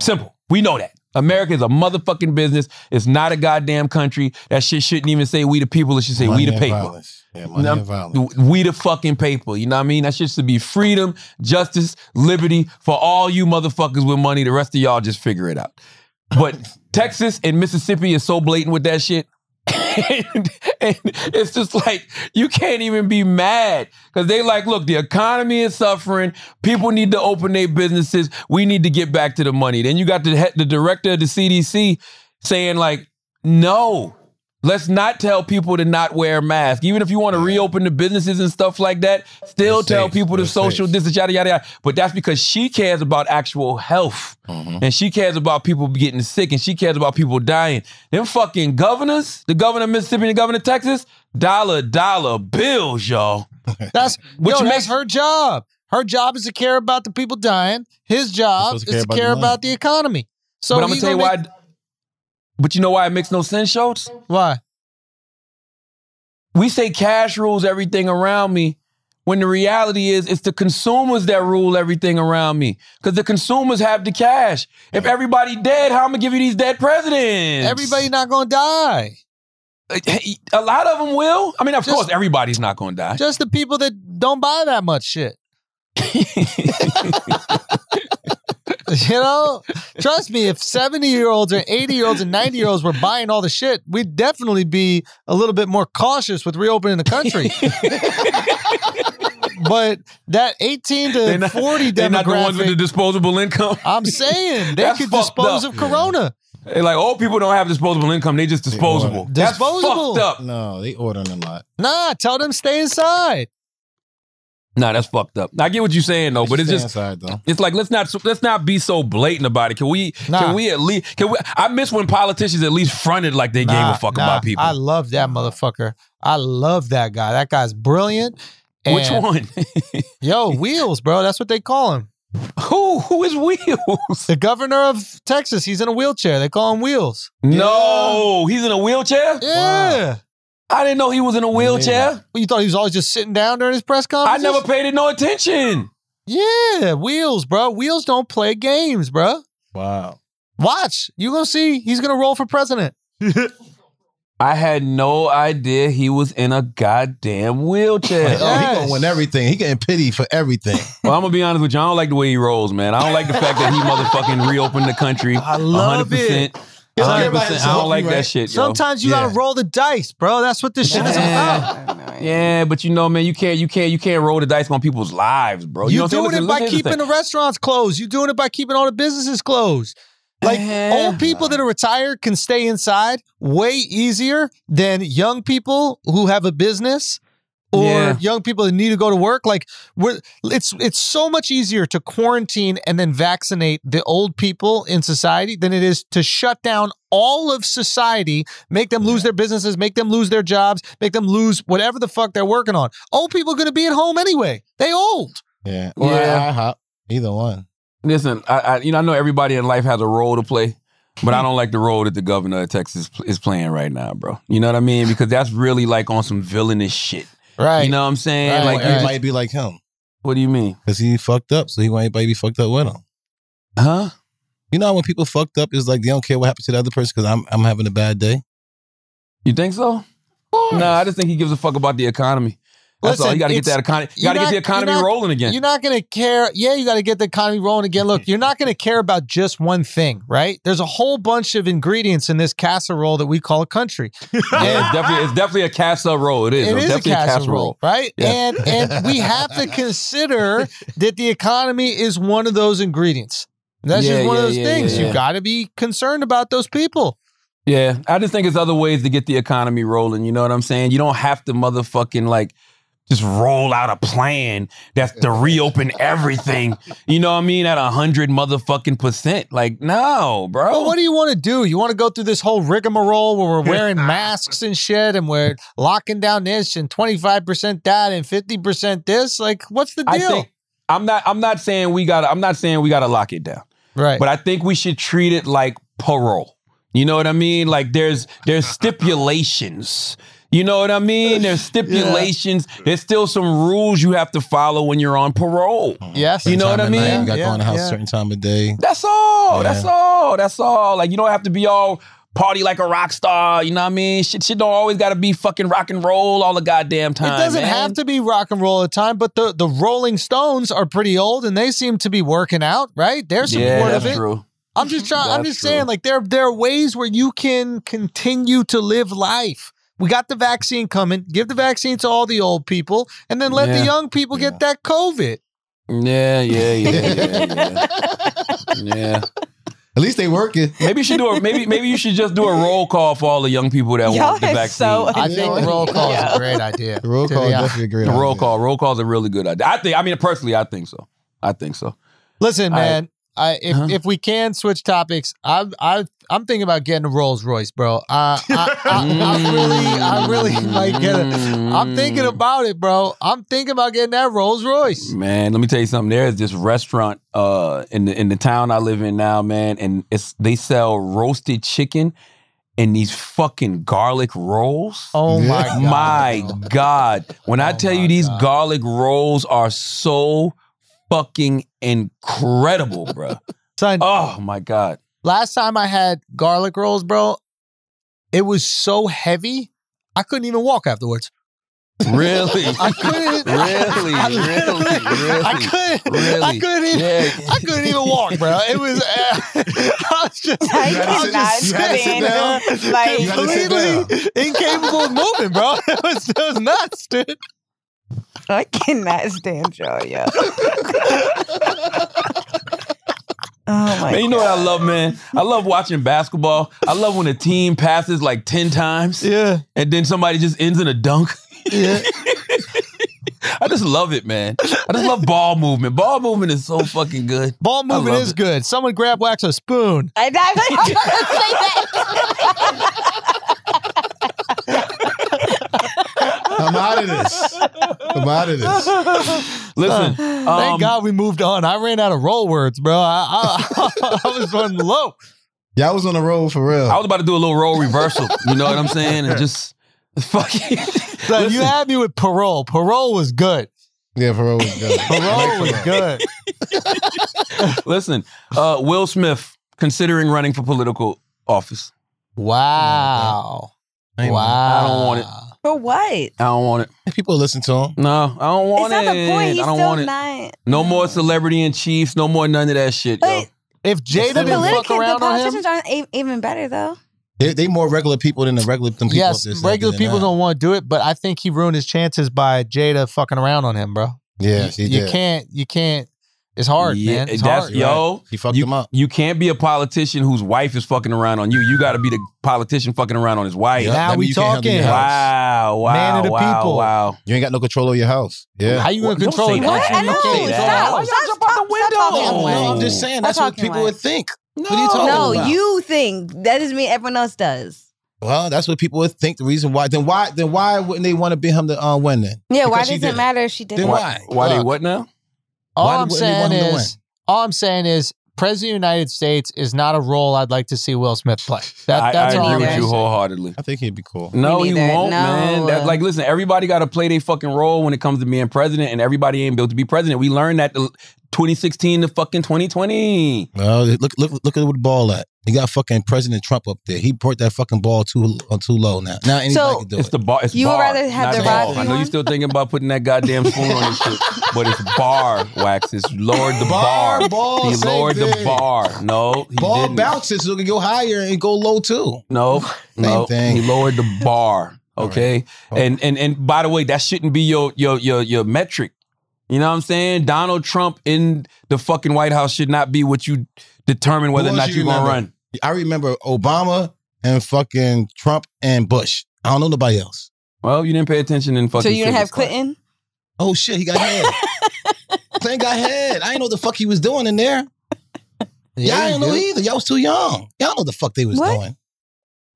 Simple. We know that. America is a motherfucking business. It's not a goddamn country. That shit shouldn't even say we the people. It should say
Money
we the
and
paper.
violence. Yeah, money
Num-
and violence.
We the fucking paper. You know what I mean? That shit should be freedom, justice, liberty for all you motherfuckers with money. The rest of y'all just figure it out. But Texas and Mississippi is so blatant with that shit. and, and it's just like you can't even be mad because they like, look, the economy is suffering. People need to open their businesses. We need to get back to the money. Then you got the he- the director of the CDC saying like, no, Let's not tell people to not wear a mask. Even if you want to reopen the businesses and stuff like that, still
We're
tell
safe.
people
We're
to social
safe.
distance, yada, yada, yada. But that's because she cares about actual health. And she cares about people getting sick and she cares about people dying. Them fucking governors, the governor of Mississippi and the governor of Texas, dollar, dollar bills, y'all.
That's
Which
which
makes-
makes her job. Her job is to care about the people dying. His job
supposed
is to care about the economy. So
but I'm going
he
to tell you
gonna
why. But you know why it makes no sense, Schultz?
make- Why?
we say cash rules everything around me when the reality is it's the consumers that rule everything around me because the consumers have the cash if everybody dead how i'm gonna give you these dead presidents
Everybody not gonna die.
a lot of them will i mean of
Just-
course everybody's not gonna die
Just the people that don't buy that much shit. you know, trust me, if 70 year olds or 80 year olds and 90 year olds were buying all the shit, we'd definitely be a little bit more cautious with reopening the country. but that 18 to 40
they're not the ones with the
demographic,
disposable income
I'm saying they
That's
could
fucked
dispose
up.
of Corona.
They're like old people don't have disposable income they just disposable
want-
that's
Disposable.
fucked up
No, they ordering a lot.
Nah, tell them stay inside.
nah that's fucked up i get what you're saying though but it's
Stay
just
inside though.
It's like let's not let's not be so blatant about it. Can we?
Nah.
Can we at least? Can we? I miss when politicians at least fronted like they
Nah,
gave a fuck
nah,
about people.
I love that motherfucker. I love that guy. That guy's brilliant.
Which
And-
one?
Yo, Wheels, bro. That's what they call him.
who? Who is Wheels?
The governor of Texas. He's in a wheelchair. They call him Wheels.
No, he's in a wheelchair.
Yeah.
I didn't know he was in a wheelchair.
Well, you thought he was always just sitting down during his press
I
conference?
never paid it no attention.
Yeah, Wheels, bro. Wheels don't play games, bro.
Wow.
Watch. you going to see. He's going to roll for president.
I had no idea he was in a goddamn wheelchair.
Like, oh, he
Yes.
gonna win everything. He getting pity for everything.
well, I'm gonna be honest with you. I don't like the way he rolls, man. I don't like the fact that he motherfucking reopened the country.
I love it.
100%.
It's
100%.
like everybody
I don't
helping,
like that
right?
shit. yo.
Sometimes you got
Yeah.
to roll the dice, bro. That's what this shit is about. Mm-hmm.
Yeah, but you know, man, you can't, you can't, you can't roll the dice on people's lives, bro.
you
know what I'm saying?
doing it
Listen,
by
listen, here's the thing.
keeping the restaurants closed. You doing it by keeping all the businesses closed. Like
Yeah.
old people that are retired can stay inside way easier than young people who have a business or
Yeah.
young people that need to go to work. Like we're it's it's so much easier to quarantine and then vaccinate the old people in society than it is to shut down all of society, make them lose their businesses, make them lose their jobs, make them lose whatever the fuck they're working on. Old people are gonna be at home anyway. They old.
Yeah. Or
Yeah.
yeah. IHOP. Either one.
Listen, I, I, you know, I know everybody in life has a role to play, but I
Hmm.
don't like the role that the governor of Texas pl- is playing right now, bro. You know what I mean? Because that's really like on some villainous shit.
Right.
You know what I'm saying?
Right.
Like,
Like
you
right.
everybody
just-
might be like him
what do you mean?
because he fucked up, so he want everybody to be fucked up with him.
Huh?
You know how when people fucked up, it's like they don't care what happened to the other person because I'm I'm having a bad day.
You think so? Nah, I just think he gives a fuck about the economy. That's all.
Listen,
You got to get
it's-
that economy. You got
you're
to get
not-
the
you're
economy
not-
rolling again.
You're not going to care. Yeah, you got to get the economy rolling again.
Mm-hmm.
Look, you're not going to care about just one thing, right? There's a whole bunch of ingredients in this casserole that we call a country.
yeah, it's definitely, it's definitely a casserole. It is.
It
it's
is a
definitely
casserole, right?
Yeah.
And and we have to consider that the economy is one of those ingredients. And that's
Yeah,
just one of
yeah,
those
yeah,
things.
yeah, yeah.
You got to be concerned about those people.
Yeah, I just think it's other ways to get the economy rolling. You know what I'm saying? You don't have to motherfucking like just roll out a plan that's to reopen everything. You know what I mean? At a hundred motherfucking percent. Like, no, bro.
Well, what do you want to do? You want to go through this whole rigmarole where we're wearing masks and shit, and we're locking down this and twenty five percent that and fifty percent this. Like, what's the deal?
I think I'm not. I'm not saying we got. to I'm not saying we got to lock it down.
right.
But I think we should treat it like parole. You know what I mean? Like there's there's stipulations. You know what I mean? There's stipulations. There's still some rules you have to follow when you're on parole.
yes.
You know what
Time
I
of
mean?
Night, you got
Yeah,
to go in the house
yeah.
a certain time of day.
That's all.
Yeah.
That's all. That's all. Like you don't have to be all party like a rock star. You know what I mean? Shit, shit don't always got to be fucking rock and roll all the goddamn
It
time.
doesn't
man.
have to be rock and roll at the time, but the, the Rolling Stones are pretty old and they seem to be working out, right? They're supportive
Yeah, that's
of it.
true.
I'm just trying. I'm
That's
just
true.
saying, like there there are ways where you can continue to live life. We got the vaccine coming. Give the vaccine to all the old people, and then let
Yeah.
the young people
Yeah.
get that COVID.
Yeah, yeah, yeah, yeah, yeah. yeah.
At least they working.
Maybe you should do a maybe maybe you should just do a roll call for all the young people that
Y'all
want the
are
vaccine.
so
I think
Yeah.
roll call is
Yeah.
a great idea.
The roll
To
call
be
is
honest.
definitely a great
the roll
idea.
call. Roll call is a really good idea. I think I mean personally I think so. I think so.
Listen,
All right.
man. I, if,
Huh?
if we can switch topics, I'm I, I'm thinking about getting a Rolls Royce, bro. Uh, I, I, I really I
Mm.
really might get a. I'm thinking about it, bro. I'm thinking about getting that Rolls Royce.
Man, let me tell you something. There is this restaurant uh, in the in the town I live in now, man, and it's they sell roasted chicken and these fucking garlic rolls.
Oh my
Yeah.
god,
my
bro.
God. When I
Oh
tell
my
you these
God.
garlic rolls are so fucking incredible, bro.
son!
oh my God.
Last time I had garlic rolls, bro, it was so heavy I couldn't even walk afterwards.
Really?
I couldn't.
Really?
I,
Really? Really?
I couldn't. I
Really?
couldn't.
Yeah.
I couldn't even walk, bro. It was. I was just.
I
You gotta sit-
cannot
you gotta sit down.
stand. Like,
You gotta sit down.
completely incapable of moving, bro. It was, it was nuts, dude.
I cannot stand y'all, yo. oh my
Man, you know what I love, man? I love watching basketball. I love when a team passes like 10 times
Yeah,
and then somebody just ends in a dunk.
yeah.
I just love it, man. I just love ball movement. Ball movement is so fucking good.
Ball movement
love
is
it.
good. Someone grab wax a spoon.
I, I, I was about to say that.
I'm out of this. I'm out of this.
Listen,
Thank
um,
God we moved on. I ran out of roll words, bro. I, I, I was running low.
Y'all was on the road for real.
I was about to do a little role reversal. You know what I'm saying? And just fucking.
So you had me with parole. Parole was good.
yeah, for real. was good.
Parole was good.
Listen, uh, Will Smith considering running for political office.
Wow. Wow.
I don't want it.
For what?
I don't want it.
People listen to him.
No, I don't want
it's not
it.
the point. He's
I don't
still
want it.
not.
No more celebrity and chiefs. No more none of that shit, yo.
But
If Jada
the,
didn't fuck
political, the
around on him,
politicians aren't e- even better though.
They, they more regular people than the regular them people.
yes,
up there saying
regular
that
uh,
people
they're not.
don't want to do it. But I think he ruined his chances by Jada fucking around on him, bro.
Yeah, he
you, you
did.
can't. You can't. It's hard, man. It's
that's-
hard.
Yo,
He fucked
you,
him up.
You can't be a politician whose wife is fucking around on you. You got to be the politician fucking around on his wife.
Yeah,
Now
that
we
mean you can't handle
talking.
your house.
Wow, wow,
Man of the
wow,
people.
wow.
You ain't got no control over your house. Yeah.
How you gonna
What? Don't
control
say
it?
that.
What? I
you
know.
say that. Why y'all
Stop. Stop,
jump out the
stop,
window? Oh,
stop talking.
No, I'm just saying that's
Stop
what
talking
people
like-
would think. What are you talking
no,
about?
you think that doesn't mean everyone else does.
Well, that's what people would think. The reason why, then why, then why wouldn't they want to be him to uh, win then?
Yeah, why
Because she
does
did
it
it.
matter if she did
Then
it?
why?
Why they
Fuck.
what now?
All
Why
I'm
wouldn't they
saying
want him to
is, all I'm saying is, President of the United States is not a role I'd like to see Will Smith play. That,
I, I
that's all
agree
I'm
with
either.
you
saying.
wholeheartedly.
I think he'd be cool.
No,
Me
you
neither.
won't, man.
No.
That, like, listen, everybody got to play their fucking role when it comes to being president, and everybody ain't built to be president. We learned that the 2016 to fucking 2020.
Well, look, look, look at what the ball at. You got fucking President Trump up there. He brought that fucking ball too uh, too low now. Now anybody
So-
can do
It's
it.
the bar. It's
You would
bar,
rather have
not
the
ball.
rod
I
you
know you're
want?
still thinking about putting that goddamn spoon on this shit, but it's bar wax. It's lowered the bar.
Bar, ball,
he
Oh, same
lowered the
thing.
bar. No, he
ball
didn't.
bounces, so it can go higher and go low too.
No, no,
thing. Oh.
he lowered the bar. Okay, and and and by the way, that shouldn't be your your your your metric. You know what I'm saying? Donald Trump in the fucking White House should not be what you determine whether or
else
not
you
you're gonna
remember?
run.
I remember Obama and fucking Trump and Bush. I don't know nobody else.
Well, you didn't pay attention in fucking.
So you didn't have
physics class.
Clinton?
Oh shit, he got head. Clinton got head. I didn't know what the fuck he was doing in there. y'all
you
didn't know
do.
either. Y'all was too young. Y'all know the fuck they was
What?
doing.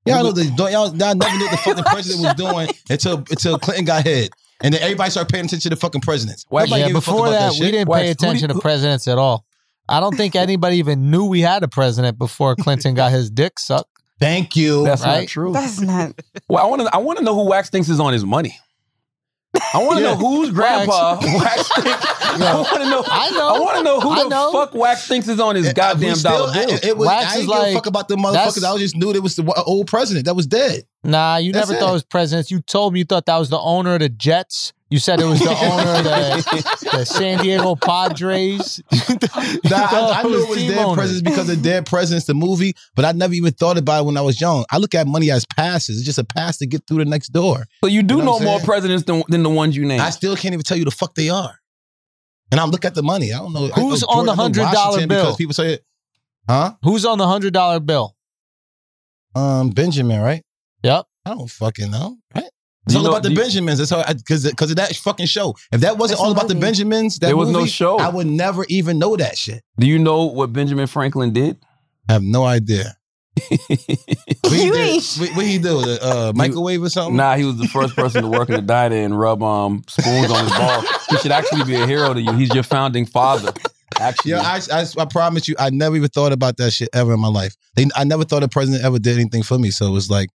Y'all know the y'all, y'all never knew what the fucking president was doing until until Clinton got head, and then everybody started paying attention to fucking presidents.
Why-
Nobody
Yeah,
gave a fuck
before
about
that, we
shit.
didn't
Why-
pay
who do you-
attention to
who-
presidents at all. I don't think anybody even knew we had a president before Clinton got his dick sucked.
Thank you.
That's
Right?
not true.
That's not.
Well, I want to. I want to know who Wax thinks is on his money. I want to know whose grandpa Wax. thinks. I want to know.
I know.
I want to know who
I
the
know.
fuck Wax thinks is on his
It- Uh, we
goddamn
still- uh,
dollar bill.
It, it was,
Wax
I
is
didn't give
like-
a fuck about the
that's-
motherfuckers. I was just knew it was the wa- old president that was dead.
Nah, you
That's
never thought
it.
it was presidents. You told me you thought that was the owner of the Jets. You said it was the owner of the, the San Diego Padres. You thought- you
Nah,
thought
I, I knew it was
team
dead
owners.
presidents because of dead presidents, the movie, but I never even thought about it when I was young. I look at money as passes. It's just a pass to get through the next door.
So you do
You know
know,
what I'm
more
saying?
presidents than, than the ones you named.
I still can't even tell you the fuck they are. And I look at the money. I don't know. I
Who's
know
on the
George, I know
$100
Washington
bill?
Because people say Huh?
Who's on the hundred dollar bill?
Um, Benjamin, right?
Yep.
I don't fucking know. Right? It's
You
all
know-
about the
you-
Benjamins. That's how because because of that fucking show. If that wasn't
That's a
all about the
movie.
Benjamins, that
There was no
movie,
show.
I would never even know that shit.
Do you know what Benjamin Franklin did?
I have no idea. What he
You
did?
ain't-
What, what he do? The, Uh, microwave or something?
Nah, he was the first person to work in the diner and rub um spoons on his balls. He should actually be a hero to you. He's your founding father. Actually,
Yo, I, I, I promise you, I never even thought about that shit ever in my life. They, I never thought a president ever did anything for me. So it was like,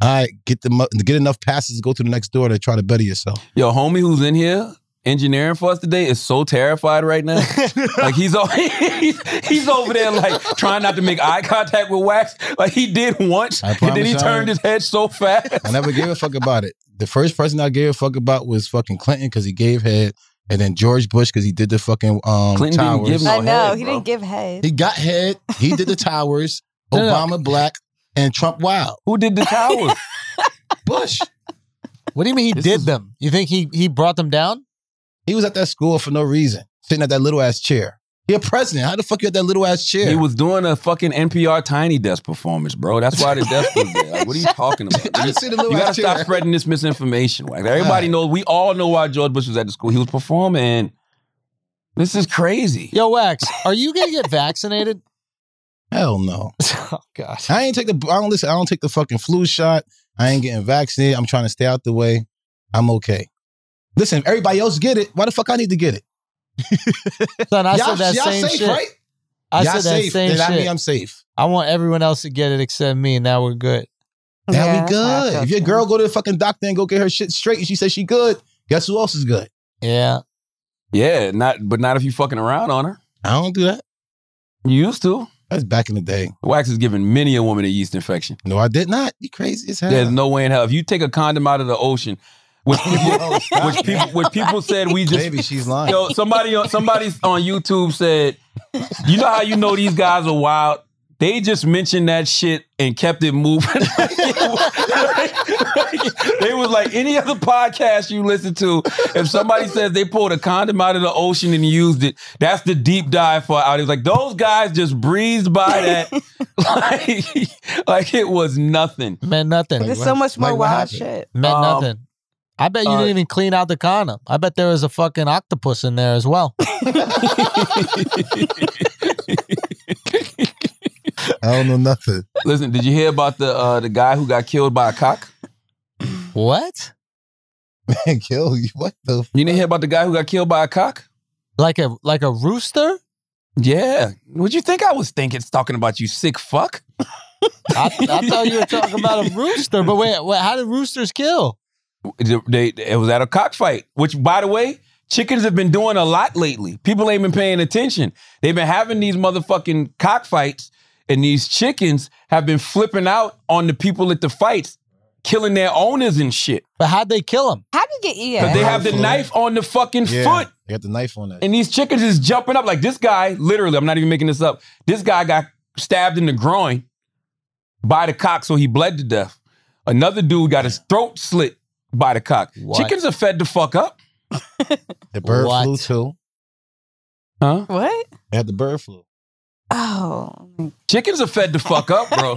all right, get the mo- get enough passes to go to the next door to try to better yourself.
Yo, homie who's in here engineering for us today is so terrified right now. like he's, o- he's he's over there like trying not to make eye contact with Wax. Like he did once,
I
and then he
promise I
turned
ain't-
his head so fast.
I never gave a fuck about it. The first person I gave a fuck about was fucking Clinton because he gave head, and then George Bush because he did the fucking um,
Clinton didn't
towers.
give no
I know
head,
he
bro.
didn't give head.
he got head. He did the towers.
No, no.
Obama black and Trump wild.
Who did the towers?
Bush.
What do you mean he
This
did
is-
them? You think he he brought them down?
He was at that school for no reason, sitting at that little ass chair. He a president. How the fuck you at that little ass chair?
He was doing a fucking NPR Tiny Desk performance, bro. That's why the desk was there. Like, what are you talking about?
I didn't see the little
You gotta
ass chair.
stop spreading this misinformation. Like everybody knows, we all know why George Bush was at the school. He was performing. This is crazy.
Yo, Wax, are you gonna get vaccinated?
Hell no.
oh God.
I ain't take the. I don't listen. I don't take the fucking flu shot. I ain't getting vaccinated. I'm trying to stay out the way. I'm okay. Listen, if everybody else get it. Why the fuck I need to get it?
Son, I
y'all
said that
y'all
same
safe,
shit.
right?
I
y'all
said that
safe.
same
then I
shit.
mean, I'm safe.
I want everyone else to get it except me, and now we're good.
Now
Yeah,
we
that's how I
good.
felt,
If your
too.
girl go to the fucking doctor and go get her shit straight, and she says she good, guess who else is good?
Yeah.
Yeah, not but not if you fucking around on her.
I don't do that.
You used to.
That's back in the day.
Wax is giving many a woman a yeast infection.
No, I did not. You crazy as hell.
There's no way in hell. If you take a condom out of the ocean, which people,
Oh, stop.
which people, which people said we just
Maybe she's lying.
Yo, somebody on somebody on YouTube said, you know how you know these guys are wild? They just mentioned that shit and kept it moving. they was like any other podcast you listen to. If somebody says they pulled a condom out of the ocean and used it, that's the deep dive for out. It was like those guys just breezed by that like, like it was nothing.
Meant nothing.
Like,
There's
what-
so much more
like, what
wild
happened?
shit.
Meant
Um,
nothing. I bet you
uh,
didn't even clean out the condom. I bet there was a fucking octopus in there as well.
I don't know nothing.
Listen, did you hear about the uh, the guy who got killed by a cock?
what?
Man, kill you. What the?
You didn't hear about the guy who got killed by a cock?
Like a like a rooster?
Yeah. Would you think I was thinking talking about you sick fuck?
I, I thought you were talking about a rooster, but wait, wait, how did roosters kill?
They, it was at a cockfight, which by the way, chickens have been doing a lot lately. People ain't been paying attention. They've been having these motherfucking cockfights, and these chickens have been flipping out on the people at the fights, killing their owners and shit.
But how'd they kill him?
How do you get E
Because
yeah?
they have the knife on the fucking foot.
I got the knife on that.
And these chickens is jumping up. Like this guy, literally, I'm not even making this up. This guy got stabbed in the groin by the cock, so he bled to death. Another dude got his throat slit by the cock.
What?
Chickens are fed the fuck up.
The bird
What?
flu too.
Huh?
what?
They had the bird flu.
Oh,
Chickens are fed the fuck up, bro.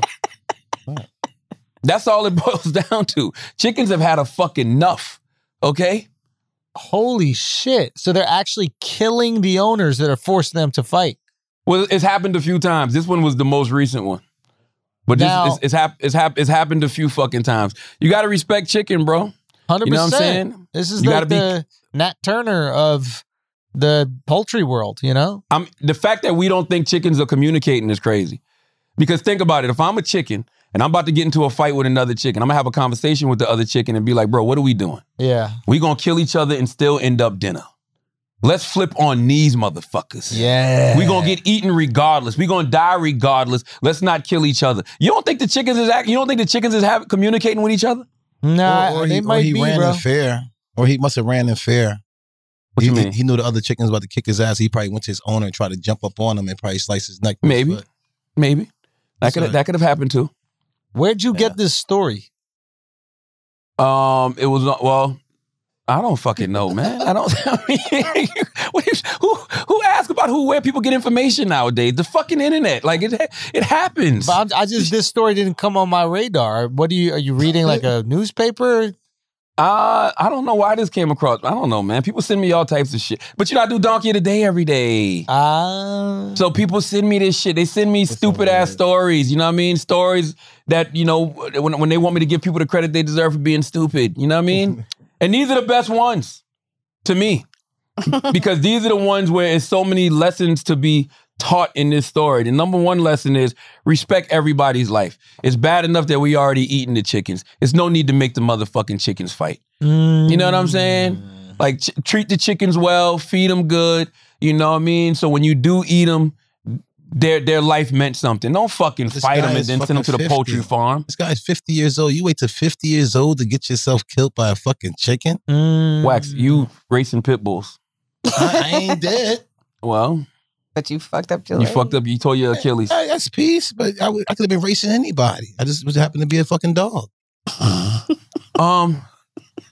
That's all it boils down to. Chickens have had a fucking enough. Okay?
Holy shit. So they're actually killing the owners that are forcing them to fight.
Well, it's happened a few times. This one was the most recent one. But this,
Now-
it's, it's, hap- it's, hap- it's happened a few fucking times. You gotta respect chicken, bro.
100%.
You know what I'm saying?
This is
You
like
gotta be-
the Nat Turner of the poultry world, you know?
I'm the fact that we don't think chickens are communicating is crazy. Because think about it, if I'm a chicken and I'm about to get into a fight with another chicken, I'm gonna have a conversation with the other chicken and be like, bro, what are we doing?
Yeah.
We gonna kill each other and still end up dinner. Let's flip on these motherfuckers.
Yeah.
We gonna get eaten regardless. We gonna die regardless. Let's not kill each other. You don't think the chickens is act, you don't think the chickens is have, communicating with each other?
Nah,
or, or
they
he, or
might
he
be,
ran
bro.
in fair, or he must have ran in fair.
What
he,
you
he-
mean?
He knew the other chicken was about to kick his ass. He probably went to his owner and tried to jump up on him and probably slice his neck.
Maybe.
But
Maybe. That
That's
could
right.
that could have happened too.
Where'd you get this story?
Um, it was uh, well, I don't fucking know, man. I don't. I mean, what is- who who asked about who where people get information nowadays? The fucking internet, like it it happens.
But I'm, I just this story didn't come on my radar. What do you are you reading like a newspaper?
Uh, I don't know why this came across. I don't know, man. People send me all types of shit, but you know I do donkey of the day every day.
Uh,
So people send me this shit. They send me stupid ass stories. You know what I mean? Stories that you know when when they want me to give people the credit they deserve for being stupid. You know what I mean? and these are the best ones to me because these are the ones where it's so many lessons to be taught in this story. The number one lesson is respect everybody's life. It's bad enough that we already eating the chickens. It's no need to make the motherfucking chickens fight. You know what I'm saying?
Mm.
Like ch- treat the chickens well, feed them good. You know what I mean? So when you do eat them, their their life meant something. Don't fucking
This
fight
guy
them and
is
then send them to the
fucking
poultry
50.
farm.
This guy's 50 years old. You wait till 50 years old to get yourself killed by a fucking chicken?
mm.
Wax, you racing pit bulls.
I, I ain't dead.
Well,
But you fucked up your
you
leg.
fucked up. You tore your Achilles.
I, that's peace, but I, would- I could have been racing anybody. I just was- happened to be a fucking dog.
Um,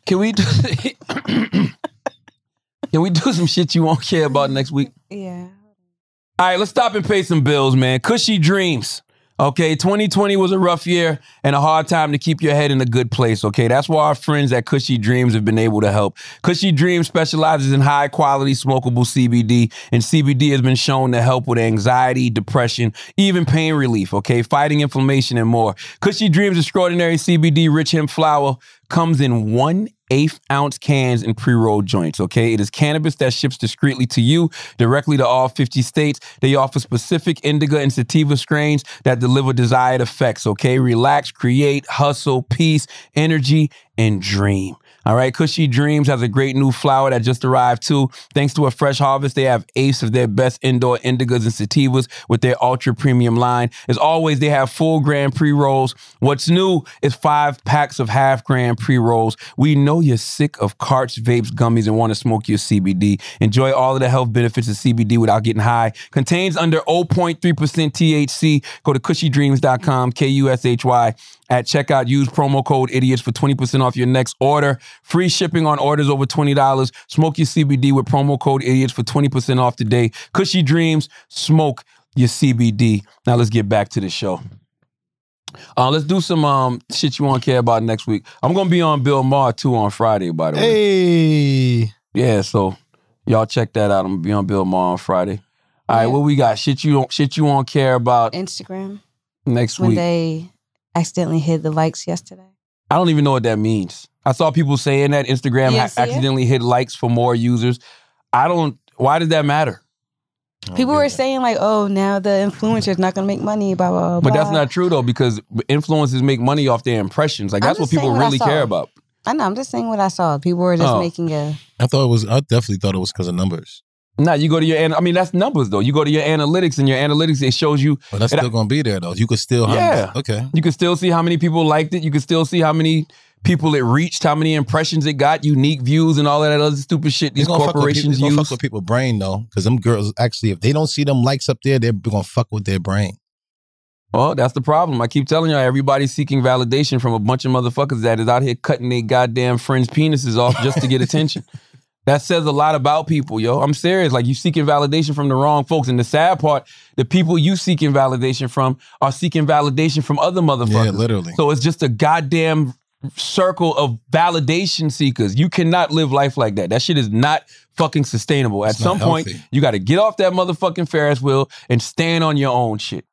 can we do, can we do some shit you won't care about next week?
Yeah.
All right, let's stop and pay some bills, man. Cushy dreams. Okay, 2020 was a rough year and a hard time to keep your head in a good place. Okay, that's why our friends at Cushy Dreams have been able to help. Cushy Dreams specializes in high quality smokable CBD, and CBD has been shown to help with anxiety, depression, even pain relief. Okay, fighting inflammation and more. Cushy Dreams extraordinary CBD rich hemp flower comes in one eighth ounce cans and pre-roll joints okay it is cannabis that ships discreetly to you directly to all 50 states they offer specific indica and sativa strains that deliver desired effects okay relax create hustle peace energy and dream all right, Cushy Dreams has a great new flower that just arrived too. Thanks to a fresh harvest, they have ace of their best indoor indicas and sativas with their ultra premium line. As always, they have full grand pre rolls. What's new is five packs of half grand pre rolls. We know you're sick of carts, vapes, gummies, and want to smoke your CBD. Enjoy all of the health benefits of CBD without getting high. Contains under 0.3% THC. Go to cushydreams.com, K U S H Y at checkout. Use promo code IDIOTS for 20% off your next order. Free shipping on orders over $20. Smoke your CBD with promo code IDIOTS for 20% off today. Cushy Dreams, smoke your CBD. Now let's get back to the show. Uh, let's do some um, shit you won't care about next week. I'm going to be on Bill Maher too on Friday, by the way.
Hey,
Yeah, so y'all check that out. I'm going to be on Bill Maher on Friday. All right,
Yeah.
what we got? Shit you don't shit you won't care about
Instagram
next
when
week.
they accidentally hid the likes yesterday.
I don't even know what that means. I saw people saying that Instagram
You
ha-
didn't see it?
accidentally hit likes for more users. I don't. Why did that matter?
People were saying like, "Oh, now the influencer's not gonna make money." Blah blah. blah.
But that's
blah.
not true though, because influencers make money off their impressions. Like
I'm
that's what
just
people
saying what I
really care
saw.
about.
I know. I'm just saying what I saw. People were just
Oh.
making a.
I thought it was, I definitely thought it was because of numbers.
Nah, you go to your. An- I mean, that's numbers though. You go to your analytics, and your analytics it shows you.
But that's
And I-
still going to be there, though. You could still.
Yeah.
Okay.
You can still see how many people liked it. You can still see how many people it reached, how many impressions it got, unique views, and all of that other stupid shit these
It's gonna fuck with people-
corporations
it's gonna
use.
fuck with people's brain though, because them girls actually, if they don't see them likes up there, they're gonna fuck with their brain.
Well, that's the problem. I keep telling y'all, everybody's seeking validation from a bunch of motherfuckers that is out here cutting their goddamn friends' penises off just to get attention. That says a lot about people, yo. I'm serious. Like you seeking validation from the wrong folks, and the sad part, the people you seeking validation from are seeking validation from other motherfuckers.
Yeah, literally.
So it's just a goddamn circle of validation seekers. You cannot live life like that. That shit is not fucking sustainable. At
It's
some
not
point,
healthy.
you got to get off that motherfucking Ferris wheel and stand on your own shit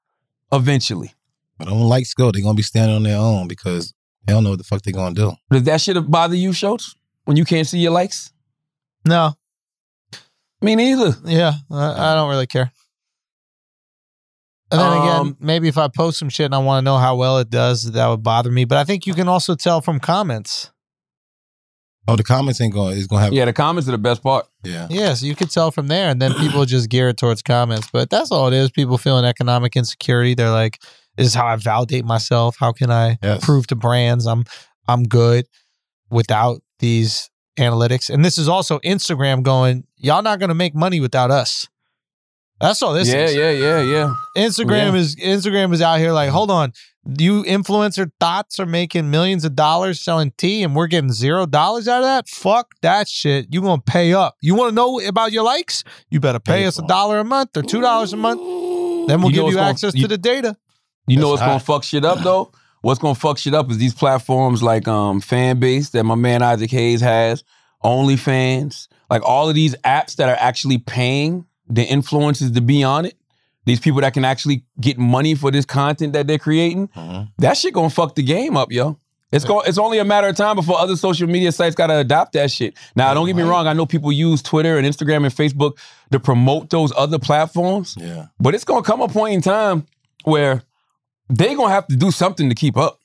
eventually.
But them likes go, they're gonna be standing on their own because they don't know what the fuck they're gonna do.
Does that shit bother you, Schultz? When you can't see your likes?
no,
Me neither.
yeah, I, I don't really care. And then
Um,
again, maybe if I post some shit and I want to know how well it does, that would bother me. But I think you can also tell from comments.
Oh, the comments ain't going. to It's gonna have. Yeah.
Yeah, the comments are the best part.
Yeah, so you could tell from there, and then people just gear it towards comments. But that's all it is. People feeling economic insecurity. They're like, "This is how I validate myself. How can I
Yes.
prove to brands I'm I'm good without these analytics?" And this is also Instagram going, "Y'all not going to make money without us." That's all this
yeah,
is.
yeah, yeah, yeah.
Instagram
Yeah.
is Instagram is out here like, hold on, you influencer thoughts are making millions of dollars selling tea, and we're getting zero dollars out of that. Fuck that shit. You gonna pay up? You want to know about your likes? You better pay, us a dollar a month or two dollars a month. Then we'll
You know
give
what's
you
gonna-
access
you-
to the data.
You know
That's
what's gonna fuck shit up though? What's gonna fuck shit up is these platforms like um fan base that my man Isaac Hayes has, OnlyFans, like all of these apps that are actually paying the influencers to be on it. These people that can actually get money for this content that they're creating,
Mm-hmm.
that shit gonna fuck the game up, yo. It's going it's only a matter of time before other social media sites gotta adopt that shit. Now, don't get me wrong, I know people use Twitter and Instagram and Facebook to promote those other platforms.
Yeah.
But it's gonna come a point in time where they gonna have to do something to keep up.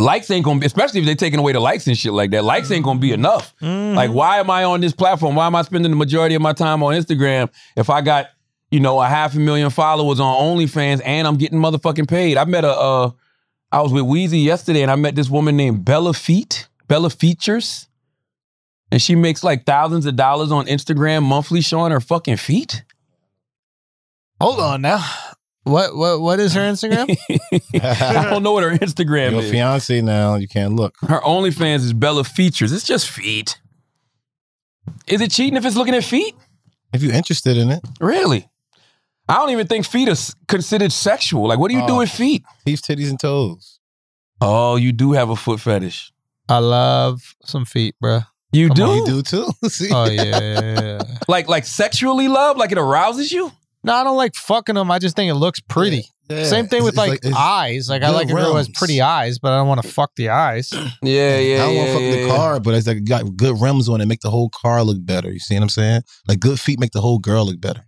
Likes ain't gonna be, especially if they're taking away the likes and shit like that. Likes ain't gonna be enough. Like, why am I on this platform? Why am I spending the majority of my time on Instagram if I got, you know, a half a million followers on OnlyFans and I'm getting motherfucking paid? I met a, uh, I was with Wheezy yesterday and I met this woman named Bella Feet, Bella Features. And she makes like thousands of dollars on Instagram monthly showing her fucking feet.
Hold on now. What what what is her Instagram?
I don't know what her Instagram
Your
is.
fiance now, you can't look.
Her OnlyFans is Bella Features. It's just feet. Is it cheating if it's looking at feet?
If you're interested in it,
Really? I don't even think feet are s- considered sexual. Like, what do you do
Oh.
with feet?
teeth, titties, and toes.
Oh, you do have a foot fetish.
I love some feet, bruh.
You
Come
do?
on,
You do too. See,
Oh yeah.
Like, like sexually love? Like it arouses you?
no, I don't like fucking them. I just think it looks pretty.
Yeah.
Same thing
It's-
with
it's
like,
it's-
eyes. Like I
good
like a girl who has
rims.
pretty eyes, but I don't want to fuck the eyes.
Yeah, yeah,
I don't want to fuck the car, but it's like it got good rims on it, make the whole car look better. You see what I'm saying? Like good feet make the whole girl look better.